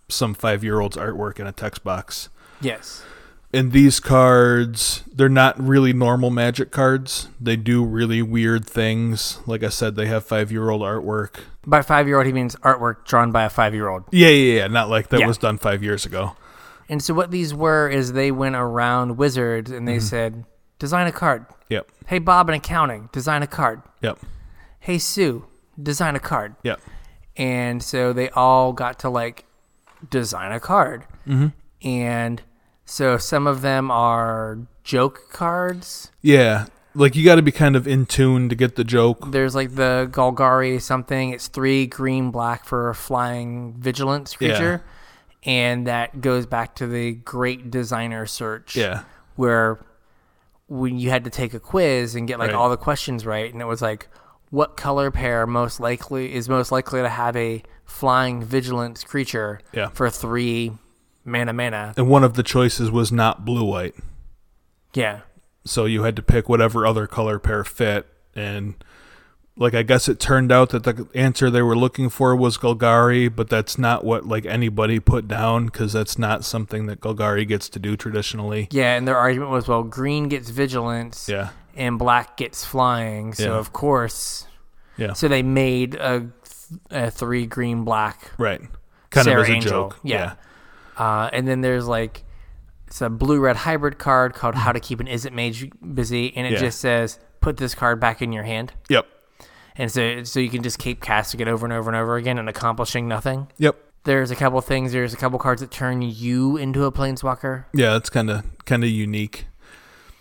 S2: some 5-year-old's artwork in a text box
S1: yes,
S2: and these cards they're not really normal magic cards they do really weird things like i said they have five year old artwork
S1: by five year old he means artwork drawn by a five year old.
S2: yeah yeah yeah not like that
S1: Yeah.
S2: was done five years ago
S1: And so what these were is they went around wizards and they said design a card.
S2: yep
S1: Hey Bob in accounting, design a card.
S2: yep
S1: Hey Sue, design a card.
S2: yep
S1: and so they all got to like design a card and so some of them are joke cards
S2: yeah like you got to be kind of in tune to get the joke
S1: there's like the golgari something it's three green black for a flying vigilance
S2: Yeah.
S1: creature and that goes back to the great designer search
S2: Yeah.
S1: where when you had to take a quiz and get like
S2: Right.
S1: all the questions right and it was like what color pair most likely is most likely to have a flying vigilant creature
S2: Yeah.
S1: for three mana mana
S2: And one of the choices was not blue white.
S1: yeah
S2: So you had to pick whatever other color pair fit. And like, I guess it turned out that the answer they were looking for was Golgari, but that's not what like anybody put down because that's not something that Golgari gets to do traditionally.
S1: yeah and their argument was well green gets vigilance
S2: Yeah.
S1: and black gets flying so
S2: Yeah.
S1: of course
S2: Yeah.
S1: so they made a, a three green black
S2: Right. Kind
S1: Sarah
S2: of as a
S1: Angel.
S2: joke.
S1: Yeah. Uh, and then there's like it's a blue red hybrid card called How to Keep an Is It Mage Busy, and it
S2: Yeah.
S1: just says put this card back in your hand,
S2: Yep.
S1: and so so you can just keep casting it over and over and over again and accomplishing nothing.
S2: Yep.
S1: There's a couple things. There's a couple cards that turn you into a planeswalker.
S2: Yeah, that's kind of kind of unique.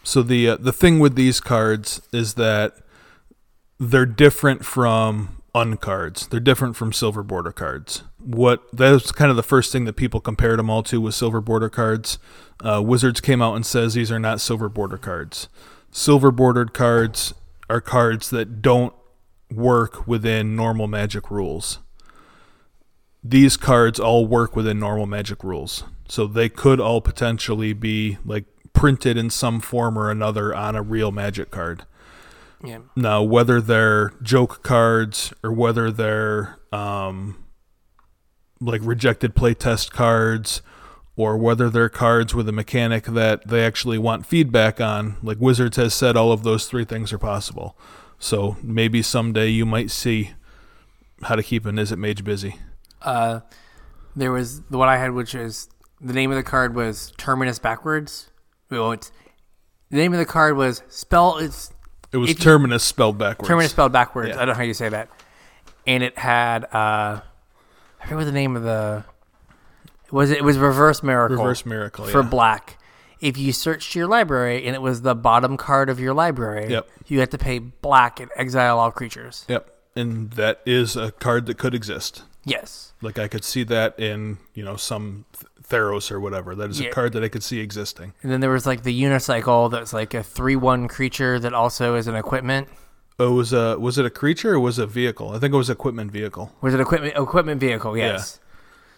S2: So the uh, the thing with these cards is that they're different from uncards. They're different from silver border cards. What that's kind of the first thing that people compared them all to was silver border cards. Uh, Wizards came out and says these are not silver border cards. Silver bordered cards are cards that don't work within normal magic rules these cards all work within normal magic rules. So they could all potentially be like printed in some form or another on a real magic card.
S1: Yeah,
S2: Now, whether they're joke cards or whether they're um, like rejected playtest cards or whether they're cards with a mechanic that they actually want feedback on, like Wizards has said, all of those three things are possible. So maybe someday you might see how to keep an Is It Mage busy.
S1: uh, there was the one I had, which is the name of the card was Terminus backwards. Well, it's the name of the card was spell. It's
S2: It was
S1: If you-
S2: terminus spelled backwards.
S1: Terminus spelled backwards.
S2: Yeah.
S1: I don't know how you say that. And it had uh, I forget what the name of the was. It, it was Reverse Miracle
S2: reverse miracle
S1: for
S2: yeah.
S1: black. If you searched your library and it was the bottom card of your library,
S2: Yep.
S1: you had to pay black and exile all creatures.
S2: Yep, and that is a card that could exist.
S1: Yes.
S2: Like I could see that in you know some th- Theros or whatever. That is
S1: Yeah.
S2: a card that I could see existing.
S1: And then there was like the unicycle that's like a three-one creature that also is an equipment.
S2: Oh, it was a was it a creature or was it a vehicle? I think it was equipment vehicle.
S1: Was it equipment equipment vehicle? Yes.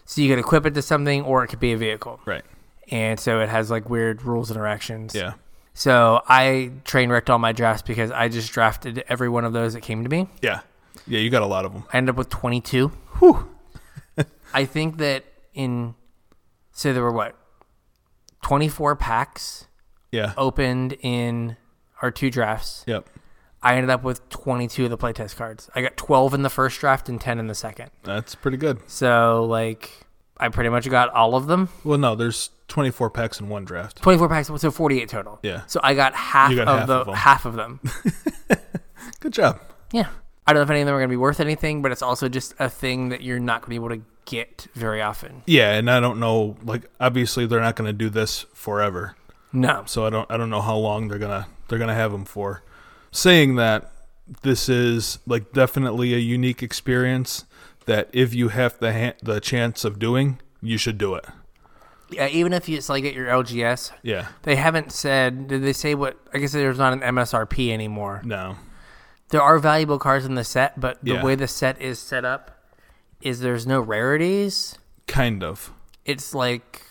S1: So you could equip it to something, or it could be a vehicle.
S2: Right.
S1: And so it has like weird rules interactions.
S2: Yeah.
S1: So I train wrecked all my drafts because I just drafted every one of those that came to me.
S2: Yeah. Yeah. You got a lot of them.
S1: I ended up with 22.
S2: Whew.
S1: [laughs] I think that in, so there were what, 24 packs
S2: Yeah.
S1: Oh. opened in our two drafts.
S2: Yep.
S1: I ended up with 22 of the playtest cards. I got 12 in the first draft and 10 in the second.
S2: That's pretty good.
S1: So, like, I pretty much got all of them.
S2: Well, no, there's 24 packs in one draft.
S1: 24 packs, so 48 total.
S2: Yeah.
S1: So I got half
S2: You got
S1: of
S2: half
S1: the
S2: of 'em.
S1: half of
S2: [laughs]
S1: them.
S2: Good job.
S1: Yeah. I don't know if any of them are going to be worth anything, but it's also just a thing that you're not going to be able to get very often.
S2: Yeah, and I don't know. Like obviously they're not going to do this forever.
S1: No.
S2: so I don't I don't know how long they're gonna they're gonna have them for. Saying that, this is like definitely a unique experience that if you have the ha- the chance of doing, you should do it.
S1: Yeah, Uh, even if you, it's like at your LGS,
S2: Yeah.
S1: they haven't said, did they say what? I guess there's not an MSRP anymore.
S2: No.
S1: There are valuable cards in the set, but the
S2: Yeah.
S1: way the set is set up is there's no rarities.
S2: Kind of.
S1: It's like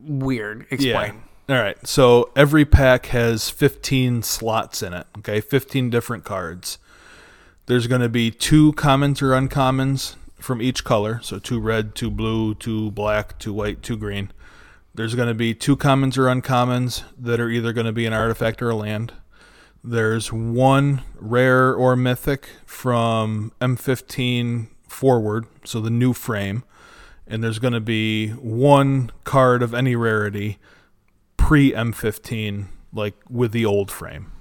S1: weird. Explain.
S2: All right. So every pack has 15 slots in it. Okay. 15 different cards. There's going to be two commons or uncommons from each color. So two red, two blue, two black, two white, two green. There's going to be two commons or uncommons that are either going to be an artifact or a land. There's one rare or mythic from M15 forward, so the new frame. And there's going to be one card of any rarity pre M15, like with the old frame.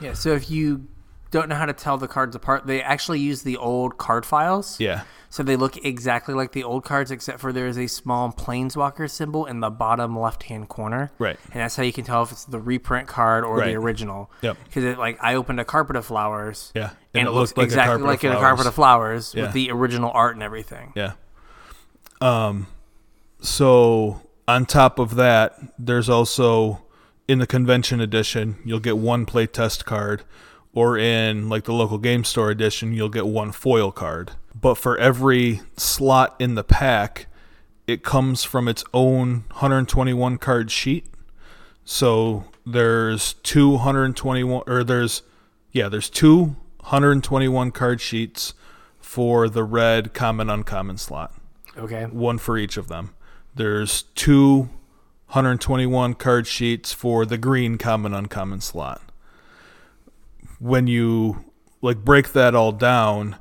S1: Yeah. so if you don't know how to tell the cards apart, they actually use the old card files.
S2: Yeah.
S1: So they look exactly like the old cards, except for there is a small planeswalker symbol in the bottom left-hand corner.
S2: Right.
S1: And that's how you can tell if it's the reprint card or the
S2: Right.
S1: original.
S2: Yep.
S1: Because like I opened a carpet of flowers.
S2: Yeah.
S1: And, it, looks, exactly
S2: carpet of
S1: like in a
S2: flowers.
S1: carpet of flowers
S2: Yeah.
S1: with the original art and everything.
S2: Yeah. Um, So on top of that, there's also in the convention edition, you'll get one play test card, or in like the local game store edition, you'll get one foil card. But for every slot in the pack, it comes from its own 121 card sheet. So there's 221 or there's yeah, there's two 121 card sheets for the red common uncommon slot
S1: Okay.
S2: one for each of them. There's two 121 card sheets for the green common uncommon slot. When you like break that all down,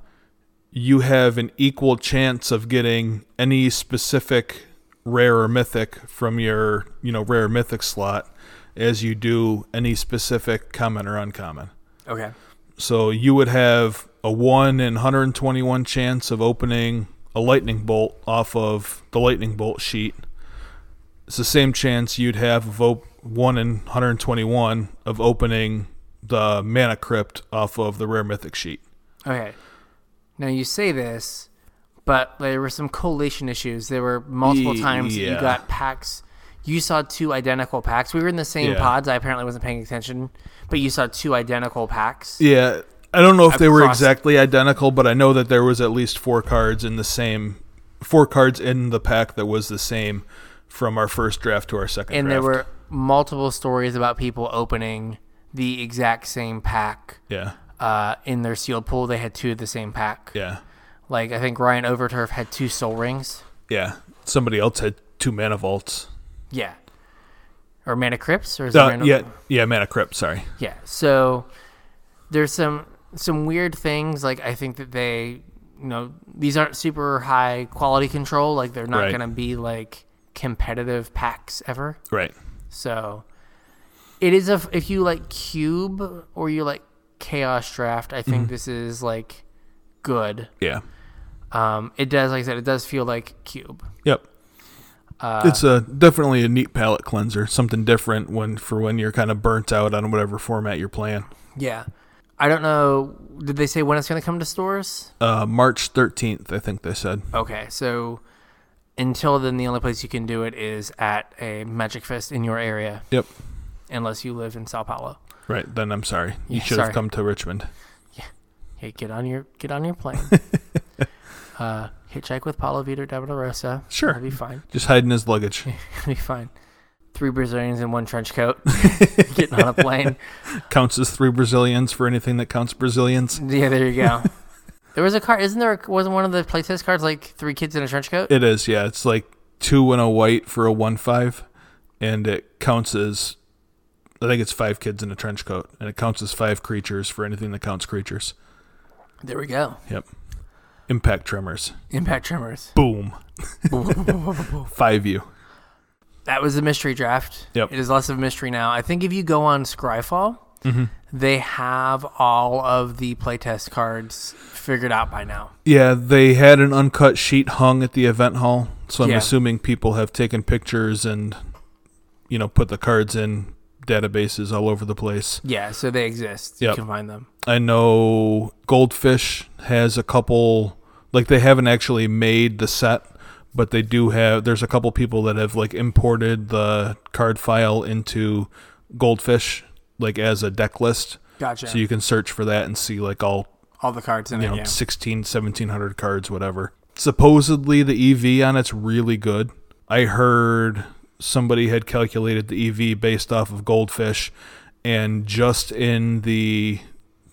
S2: you have an equal chance of getting any specific rare or mythic from your, you know, rare mythic slot as you do any specific common or uncommon.
S1: Okay.
S2: So you would have a 1 in 121 chance of opening a lightning bolt off of the lightning bolt sheet. It's the same chance you'd have of op- 1 in 121 of opening the mana crypt off of the rare mythic sheet.
S1: Okay. Now you say this, but there were some collation issues. There were multiple
S2: Ye-
S1: times that you
S2: yeah.
S1: got packs. You saw two identical packs. We were in the same
S2: Yeah.
S1: pods. I apparently wasn't paying attention, but you saw two identical packs.
S2: Yeah, I don't know if they were
S1: crossed-
S2: exactly identical, but I know that there was at least four cards in the same four cards in the pack that was the same from our first draft to our second
S1: and there
S2: draft.
S1: were multiple stories about people opening the exact same pack
S2: Yeah.
S1: uh, in their sealed pool. They had two of the same pack.
S2: Yeah.
S1: Like I think Ryan Overturf had two soul rings.
S2: Yeah. Somebody else had two mana vaults.
S1: Yeah. Or Mana Crypts, or is it
S2: Uh,
S1: Mana-
S2: yeah, yeah, mana crypt. Sorry.
S1: Yeah. So there's some some weird things like I think that they you know these aren't super high quality control like they're not
S2: Right.
S1: going to be like competitive packs ever.
S2: Right.
S1: So it is a f- if you like cube or you like chaos draft, I
S2: Mm-hmm.
S1: think this is like good.
S2: Yeah.
S1: Um it does like I said it does feel like cube. Uh,
S2: Yep. it's a definitely a neat palette cleanser, something different when for when you're kind of burnt out on whatever format you're playing.
S1: Yeah. I don't know did they say when it's going to come to stores?
S2: Uh, March 13th, I think they said.
S1: Okay, so until then, the only place you can do it is at a Magic Fest in your area,
S2: Yep.
S1: unless you live in Sao Paulo.
S2: Right. Then I'm sorry. You
S1: Yeah,
S2: should
S1: sorry.
S2: have come to Richmond.
S1: Hey, get on your get on your plane.
S2: [laughs]
S1: uh, hitchhike with Paulo Vitor de la Rosa.
S2: Sure.
S1: that'll be fine. [laughs]
S2: Just hiding his luggage.
S1: That'll be fine. Three Brazilians in one trench
S2: [laughs]
S1: coat, getting on a plane.
S2: counts as three Brazilians for anything that counts Brazilians.
S1: Yeah, there you go. There was a card, isn't there? Wasn't one of the playtest cards like three kids in a trench coat?
S2: It is. Yeah. It's like two and a white for a one five, and it counts as. I think it's five kids in a trench coat, and it counts as five creatures for anything that counts creatures.
S1: There we go.
S2: Yep. Impact tremors.
S1: Impact
S2: [laughs]
S1: Tremors.
S2: Boom. Five you.
S1: That was the mystery draft.
S2: Yep.
S1: It is less of a mystery now. I think if you go on Scryfall,
S2: Mm-hmm.
S1: they have all of the playtest cards figured out by now.
S2: Yeah, they had an uncut sheet hung at the event hall, so I'm
S1: Yeah.
S2: assuming people have taken pictures and you know put the cards in databases all over the place.
S1: Yeah, so they exist. You
S2: Yep.
S1: can find them.
S2: I know Goldfish has a couple like they haven't actually made the set, but they do have there's a couple people that have like imported the card file into Goldfish like as a deck list.
S1: Gotcha.
S2: So you can search for that and see like all
S1: all the cards in
S2: you
S1: it.
S2: know,
S1: Yeah.
S2: 16, 1700 cards, whatever. Supposedly the EV on it's really good. I heard somebody had calculated the EV based off of goldfish, and just in the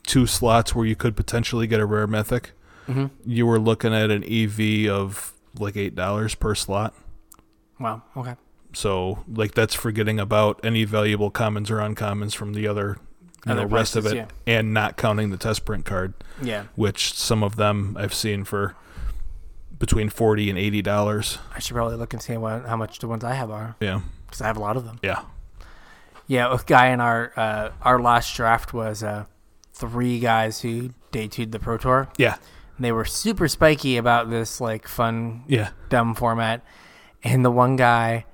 S2: two slots where you could potentially get a rare mythic,
S1: Mm-hmm.
S2: you were looking at an EV of like eight dollars per slot.
S1: Wow. Okay.
S2: So like that's forgetting about any valuable commons or uncommons from the other, you
S1: Other
S2: know, rest of it,
S1: prices,
S2: and not counting the test print card
S1: Yeah.
S2: which some of them I've seen for between forty and eighty dollars.
S1: I should probably look and see what, how much the ones I have are
S2: Yeah,
S1: because I have a lot of them.
S2: yeah,
S1: Yeah, a guy in our uh, our last draft was uh, three guys who day two'd the Pro Tour.
S2: yeah,
S1: And they were super spiky about this like fun
S2: yeah.
S1: dumb format. And the one guy,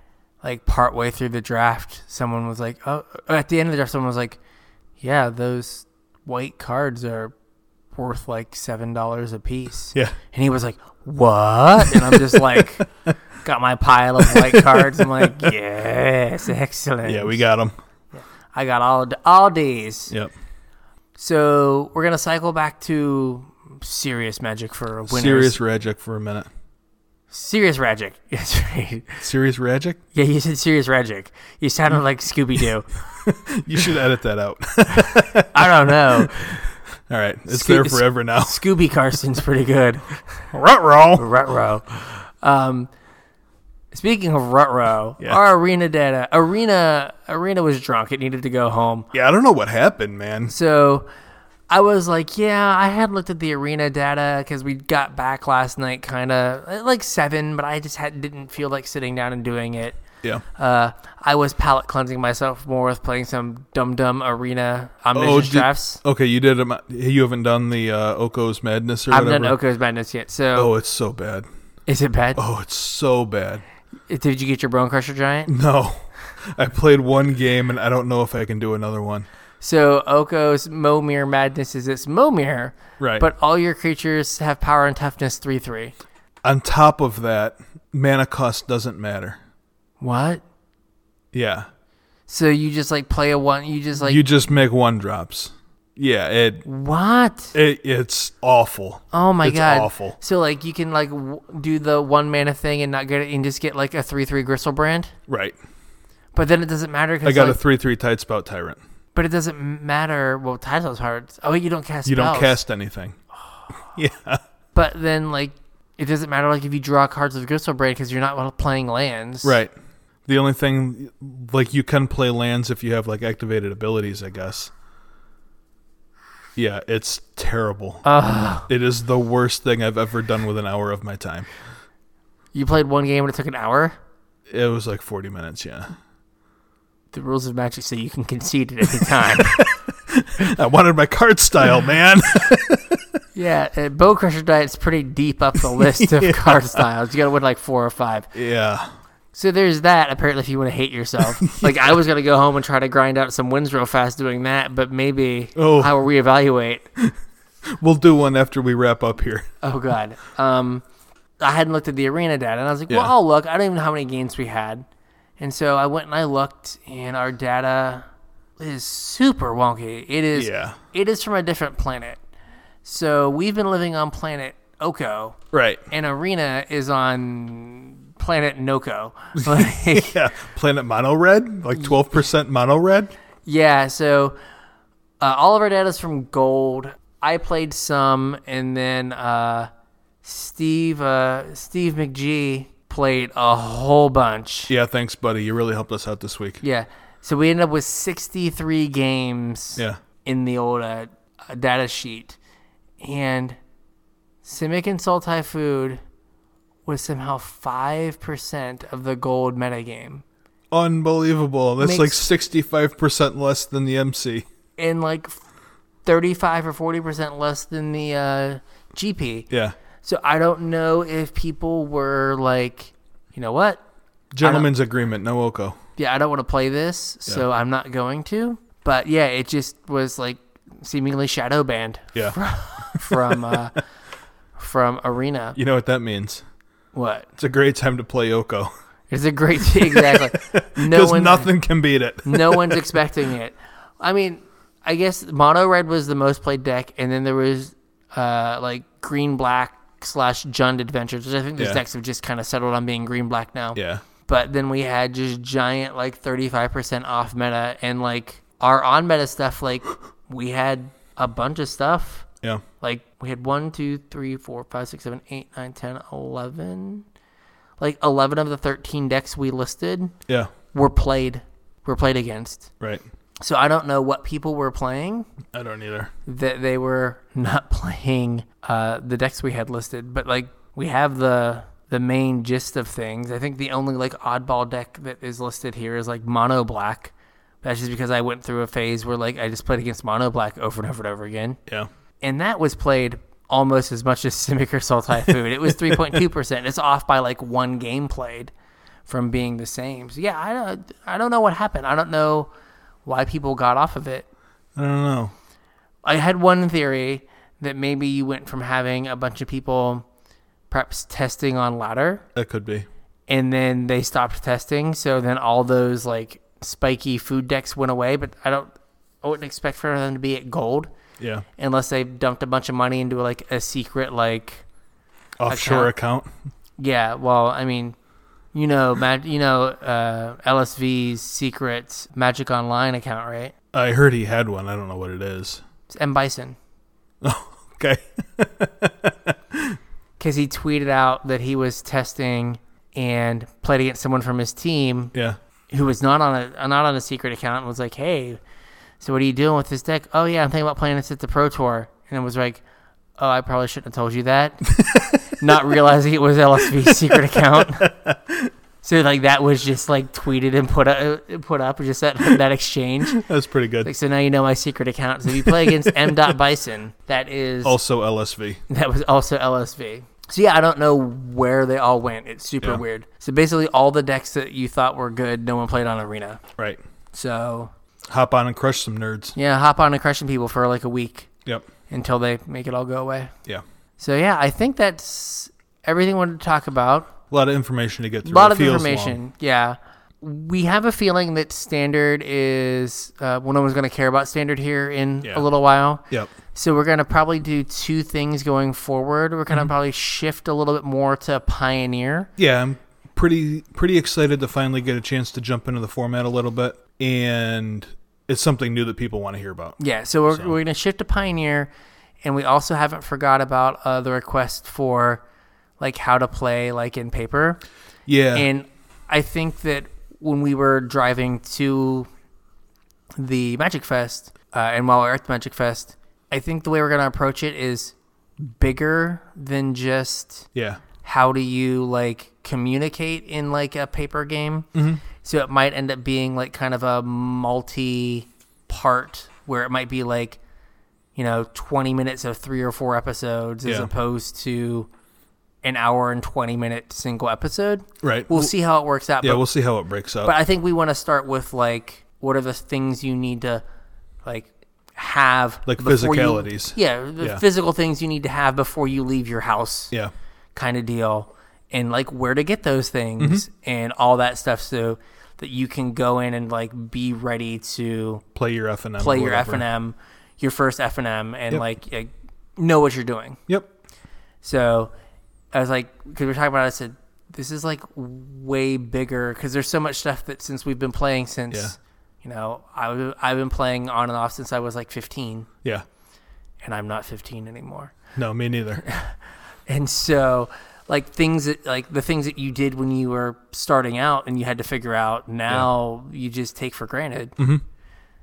S1: like partway through the draft, someone was oh, like, "Oh!" At the end of the draft, someone was like, "Yeah, those white cards are worth like seven dollars a piece.
S2: Yeah.
S1: And he was like, What? And I'm just
S2: [laughs]
S1: like got my pile of white cards. I'm like, Yes, excellent.
S2: Yeah, we got them.
S1: I got all all days.
S2: Yep.
S1: So we're gonna cycle back to serious magic for winners.
S2: Serious Ragic for a minute.
S1: serious magic. [laughs] That's right.
S2: Serious Ragic?
S1: Yeah, you said serious magic. You sounded
S2: Mm-hmm.
S1: like Scooby Doo.
S2: You should edit that out. [laughs]
S1: I don't know.
S2: All right. It's
S1: Scoot-
S2: there forever now.
S1: Scooby Carson's pretty good.
S2: Ruh-roh.
S1: Rutro. Um, speaking of Rutro,
S2: Yeah.
S1: our arena data arena arena was drunk. It needed to go home.
S2: [laughs] Yeah, I don't know what happened, man.
S1: So I was like, yeah, I had looked at the arena data because we got back last night, kind of like seven, but I just had didn't feel like sitting down and doing it.
S2: Yeah.
S1: Uh, I was palate cleansing myself more with playing some Dum Dum Arena
S2: Oh,
S1: Omniscient
S2: did-
S1: drafts.
S2: Okay, you did. 'em- You haven't done the uh, Oko's Madness or
S1: I haven't
S2: whatever.
S1: done Oko's Madness yet, so
S2: Oh, it's so bad.
S1: is it bad?
S2: Oh, it's so bad.
S1: Did you get your Bone Crusher Giant?
S2: No, [laughs] I played one game and I don't know if I can do another one.
S1: So Oko's Momir Madness is its Momir,
S2: Right.
S1: but all your creatures have power and toughness three three.
S2: on top of that, mana cost doesn't matter.
S1: What?
S2: Yeah.
S1: So you just like play a one. You just like
S2: you just make one drops. Yeah, it,
S1: what?
S2: it it's awful.
S1: Oh my
S2: it's
S1: god!
S2: awful.
S1: So like you can like w- do the one mana thing and not get it, and just get like a three three Gristlebrand.
S2: Right.
S1: But then it doesn't matter
S2: I
S1: because
S2: got
S1: like,
S2: a 3 3 tight spout tyrant.
S1: but it doesn't matter. Well, Tidal's hard. Oh, wait, you don't cast.
S2: You don't
S1: spells. [sighs]
S2: cast anything. yeah.
S1: But then like it doesn't matter like if you draw cards with Gristlebrand because you're not playing lands.
S2: Right. The only thing, like, you can play lands if you have, like, activated abilities, I guess. Yeah, it's terrible. It is the worst thing I've ever done with an hour of my time.
S1: You played one game and it took an hour.
S2: It was like 40 minutes, yeah.
S1: the rules of magic say you can concede at any
S2: [laughs]
S1: time.
S2: I wanted my card style,
S1: [laughs]
S2: man.
S1: yeah, uh, Bow Crusher Diet's pretty deep up the list
S2: [laughs]
S1: of card styles. You gotta win like four or five.
S2: yeah.
S1: So there's that, apparently, if you wanna hate yourself.
S2: [laughs]
S1: Like, I was gonna go home and try to grind out some wins real fast doing that, but maybe
S2: Oh.
S1: I will reevaluate.
S2: We'll do one after we wrap up here.
S1: Oh, God. Um, I hadn't looked at the arena data, and I was like, well,
S2: Yeah.
S1: I'll look. I don't even know how many games we had. And so I went and I looked, and our data is super wonky. It is
S2: Yeah.
S1: It is from a different planet. So we've been living on planet Oko,
S2: Right.
S1: and Arena is on planet Noko.
S2: [laughs]
S1: Like,
S2: Yeah. Planet Mono Red? Like 12% Mono Red?
S1: yeah, so uh, all of our data is from gold. I played some, and then uh, Steve uh, Steve McGee played a whole bunch.
S2: Yeah, thanks, buddy. You really helped us out this week.
S1: Yeah, so we ended up with 63 games.
S2: Yeah.
S1: in the old uh, uh, data sheet, and Simic and Soul Typhoon was somehow five percent of the gold metagame,
S2: Unbelievable. That's like
S1: Makes-
S2: 65% less than the MC.
S1: and like thirty-five or forty percent less than the uh, GP.
S2: Yeah.
S1: So I don't know if people were like, you know what?
S2: Gentleman's agreement, no Oko.
S1: Yeah, I don't want to play this, so I'm not going to. But yeah, it just was like seemingly shadow banned
S2: Yeah.
S1: from
S2: [laughs]
S1: uh, from arena.
S2: You know what that means.
S1: What?
S2: It's a great time to play Oko.
S1: It's a great
S2: [laughs]
S1: exactly. No
S2: Because
S1: one,
S2: nothing can beat it.
S1: no one's expecting it. I mean, I guess mono red was the most played deck, and then there was uh, like green black slash Jund Adventures, which I think these
S2: Yeah.
S1: decks have just kind of settled on being green black now.
S2: Yeah.
S1: But then we had just giant like thirty five percent off meta, and like our on meta stuff, like we had a bunch of stuff.
S2: Yeah.
S1: Like we had one, two, three, four, five, six, seven, eight, nine, ten, eleven. Like eleven of the thirteen decks we listed
S2: Yeah.
S1: were played were played against.
S2: Right.
S1: So I don't know what people were playing
S2: I don't either.
S1: that they were [laughs] not playing uh, the decks we had listed, but like we have the the main gist of things. I think the only like oddball deck that is listed here is like mono black. That's just because I went through a phase where like I just played against mono black over and over and over again,
S2: Yeah.
S1: and that was played almost as much as [laughs] Simic or Soul Typhoon. it was three point two percent. It's off by like one game played from being the same. So yeah, I don't I don't know what happened. I don't know why people got off of it.
S2: I don't know.
S1: I had one theory that maybe you went from having a bunch of people perhaps testing on ladder
S2: That could be.
S1: and then they stopped testing. So then all those like spiky food decks went away. But I don't, I wouldn't expect for them to be at gold
S2: Yeah.
S1: unless they dumped a bunch of money into like a secret like
S2: Offshore account.
S1: yeah. Well, I mean, you know, mag- you know, uh, LSV's secret Magic Online account, right?
S2: I heard he had one. I don't know what it is.
S1: It's M Bison [laughs]
S2: Okay.
S1: because he tweeted out that he was testing and played against someone from his team
S2: Yeah.
S1: who was not on a not on a secret account and was like, "Hey, so what are you doing with this deck?" "Oh yeah, I'm thinking about playing this at the Pro Tour." And it was like, "Oh, I probably shouldn't have told you that." not realizing it was LSV's secret account. so like that was just like tweeted and put up, put up just that that exchange.
S2: That's pretty good.
S1: Like so now you know my secret account. So if you play against M. Dot Bison, that is
S2: Also LSV.
S1: [laughs] that was also LSV. So yeah, I don't know where they all went. It's super
S2: Yeah.
S1: weird. So basically, all the decks that you thought were good, no one played on Arena.
S2: Right.
S1: So
S2: Hop on and crush some nerds.
S1: yeah, hop on to crushing people for like a week
S2: Yep.
S1: until they make it all go away.
S2: Yeah.
S1: So yeah, I think that's everything I wanted to talk about.
S2: A lot of information to get through.
S1: A lot
S2: It
S1: of
S2: feels
S1: information.
S2: long.
S1: Yeah. We have a feeling that standard is uh, well, no one's going to care about standard here in
S2: Yeah.
S1: a little while.
S2: Yep.
S1: So we're going to probably do two things going forward. We're
S2: Mm-hmm.
S1: going to probably shift a little bit more to pioneer.
S2: Yeah, I'm pretty pretty excited to finally get a chance to jump into the format a little bit and it's something new that people want to hear about.
S1: Yeah, so we're, we're going to shift to Pioneer, and we also haven't forgot about uh, the request for like how to play like in paper.
S2: Yeah.
S1: And I think that when we were driving to the Magic Fest, uh, and while we we're at the Magic Fest, I think the way we're going to approach it is bigger than just
S2: yeah.
S1: how do you like communicate in like a paper game
S2: Mm-hmm.
S1: so it might end up being like kind of a multi part where it might be like you know 20 minutes of three or four episodes as
S2: Yeah.
S1: opposed to an hour and 20 minute single episode
S2: Right.
S1: we'll see how it works out
S2: yeah,
S1: but,
S2: we'll see how it breaks up.
S1: but i think we want to start with like what are the things you need to like have
S2: Like
S1: before you-
S2: physicalities.
S1: yeah the
S2: Yeah.
S1: physical things you need to have before you leave your house
S2: yeah.
S1: kind of deal and like where to get those things
S2: Mm-hmm.
S1: and all that stuff so that you can go in and like be ready to
S2: Play your F and M.
S1: play your F and M, your first F and M, and
S2: Yep.
S1: like, like know what you're doing.
S2: Yep.
S1: So I was like, because we are talking about, it, I said this is like way bigger because there's so much stuff that since we've been playing since
S2: Yeah.
S1: you know I w- I've been playing on and off since I was like 15
S2: Yeah.
S1: and I'm not 15 anymore.
S2: No, me neither.
S1: [laughs] And so, like things that like the things that you did when you were starting out and you had to figure out, now you just take for granted. Mm-hmm.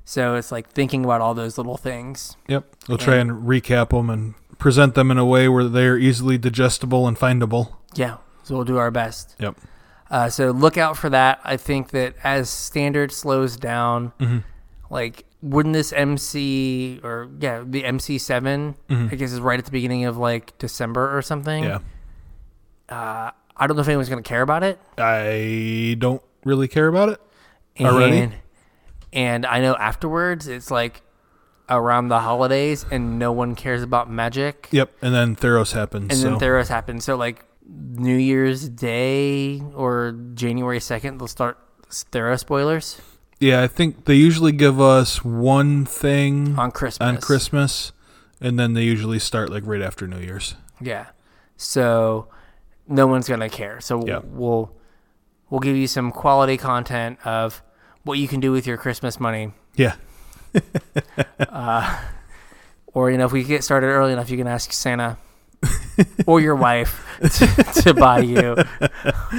S1: So it's like thinking about all those little things.
S2: Yep. We'll try and recap them and present them in a way where they're easily digestible and findable.
S1: Yeah. So we'll do our best.
S2: Yep.
S1: Uh, so look out for that. I think that as standard slows down, like wouldn't this MC or yeah the MC 7 I guess is right at the beginning of like December or something.
S2: Yeah.
S1: I don't know if anyone's gonna care about it.
S2: I don't really care about it.
S1: and,
S2: Already?
S1: And I know afterwards, it's like around the holidays, and no one cares about magic.
S2: Yep. And then Theros happens.
S1: And
S2: so.
S1: then Theros happens. So like New Year's Day or January second, they'll start Theros spoilers
S2: yeah, I think they usually give us one thing
S1: on Christmas.
S2: on Christmas, and then they usually start like right after New Year's.
S1: yeah. So no one's gonna care. So
S2: Yeah.
S1: we'll we'll give you some quality content of what you can do with your Christmas money.
S2: Yeah,
S1: Or you know, if we get started early enough, you can ask
S2: [laughs]
S1: Santa or your wife to, to buy you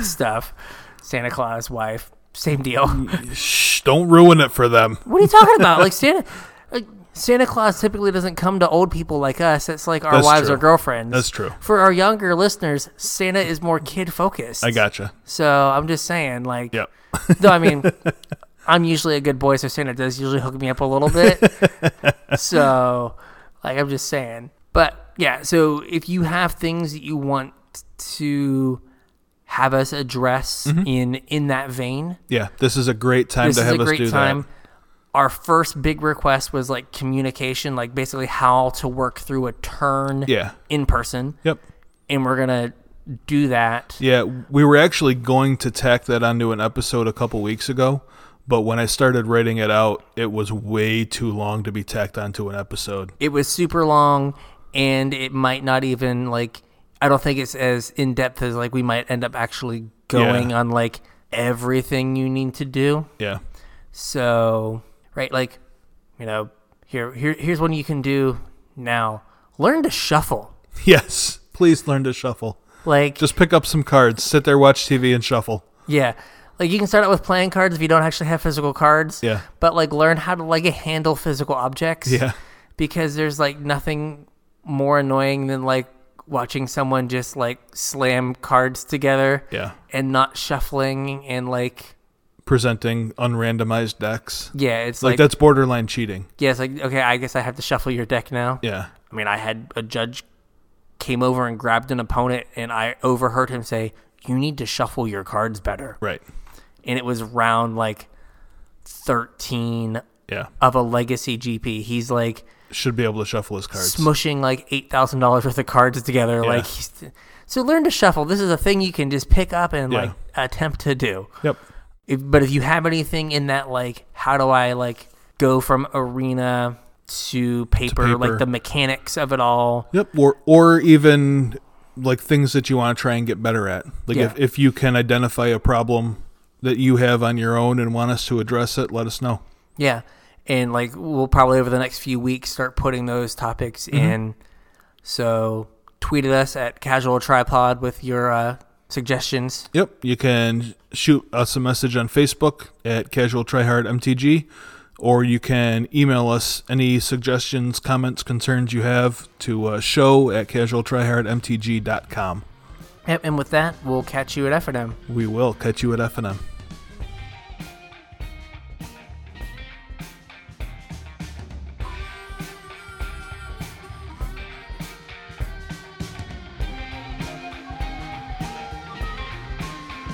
S1: stuff. Santa Claus, wife, same deal.
S2: shh, don't ruin it for them.
S1: What are you talking about? Like Santa, like Santa Claus typically doesn't come to old people like us. It's like our
S2: That's
S1: wives
S2: true.
S1: or girlfriends.
S2: That's true.
S1: For our younger listeners, Santa is more kid focused.
S2: I gotcha.
S1: So I'm just saying, like,
S2: Yep.
S1: no, I mean, I'm usually a good boy, so Santa does usually hook me up a little
S2: [laughs]
S1: bit. so, like, I'm just saying. But yeah, so if you have things that you want to have us address in in that vein,
S2: Yeah, this is a great time
S1: this
S2: to
S1: is
S2: Mm-hmm. have
S1: a
S2: us
S1: great
S2: do
S1: time. our first big request was like communication, like basically how to work through a turn
S2: Yeah.
S1: in person.
S2: Yep.
S1: And we're gonna do that.
S2: Yeah, we were actually going to tack that onto an episode a couple weeks ago, but when I started writing it out, it was way too long to be tacked onto an episode.
S1: It was super long and it might not even like I don't think it's as in depth as like we might end up actually going on like everything you need to do.
S2: Yeah. [laughs]
S1: So, right, like, you know, here, here, here's one you can do now. Learn to shuffle.
S2: Yes. Please learn to shuffle.
S1: Like,
S2: Just pick up some cards, sit there, watch TV, and shuffle.
S1: yeah, like you can start out with playing cards if you don't actually have physical cards.
S2: Yeah.
S1: But like, learn how to like handle physical objects.
S2: Yeah.
S1: Because there's like nothing more annoying than like watching someone just like slam cards together.
S2: Yeah.
S1: And not shuffling and like
S2: Presenting unrandomized decks.
S1: yeah, it's
S2: Like,
S1: like,
S2: that's borderline cheating.
S1: yeah, it's like okay, I guess I have to shuffle your deck now.
S2: Yeah.
S1: I mean, I had a judge came over and grabbed an opponent, and I overheard him say, "You need to shuffle your cards better."
S2: Right.
S1: And it was round like thirteen
S2: Yeah.
S1: of a legacy GP. He's like
S2: Should be able to shuffle his cards.
S1: smushing like eight thousand dollars worth of cards together. Like, he's, so learn to shuffle. This is a thing you can just pick up and
S2: Yeah.
S1: like attempt to do.
S2: yep.
S1: If, but if you have anything in that, like, how do I like go from arena to paper,
S2: paper.
S1: like the mechanics of it all?
S2: Yep, or or even like things that you want to try and get better at. Like
S1: Yeah.
S2: if, if you can identify a problem that you have on your own and want us to address it, let us know.
S1: Yeah. And like we'll probably over the next few weeks start putting those topics in. So tweet at us at Casual Tripod with your uh, suggestions.
S2: Yep, you can shoot us a message on Facebook at Casual Tryhard MTG, or you can email us any suggestions, comments, concerns you have to uh, show at casualtryhardmtg.com.
S1: Yep, And with that, we'll catch you at FNM.
S2: We will catch you at FNM.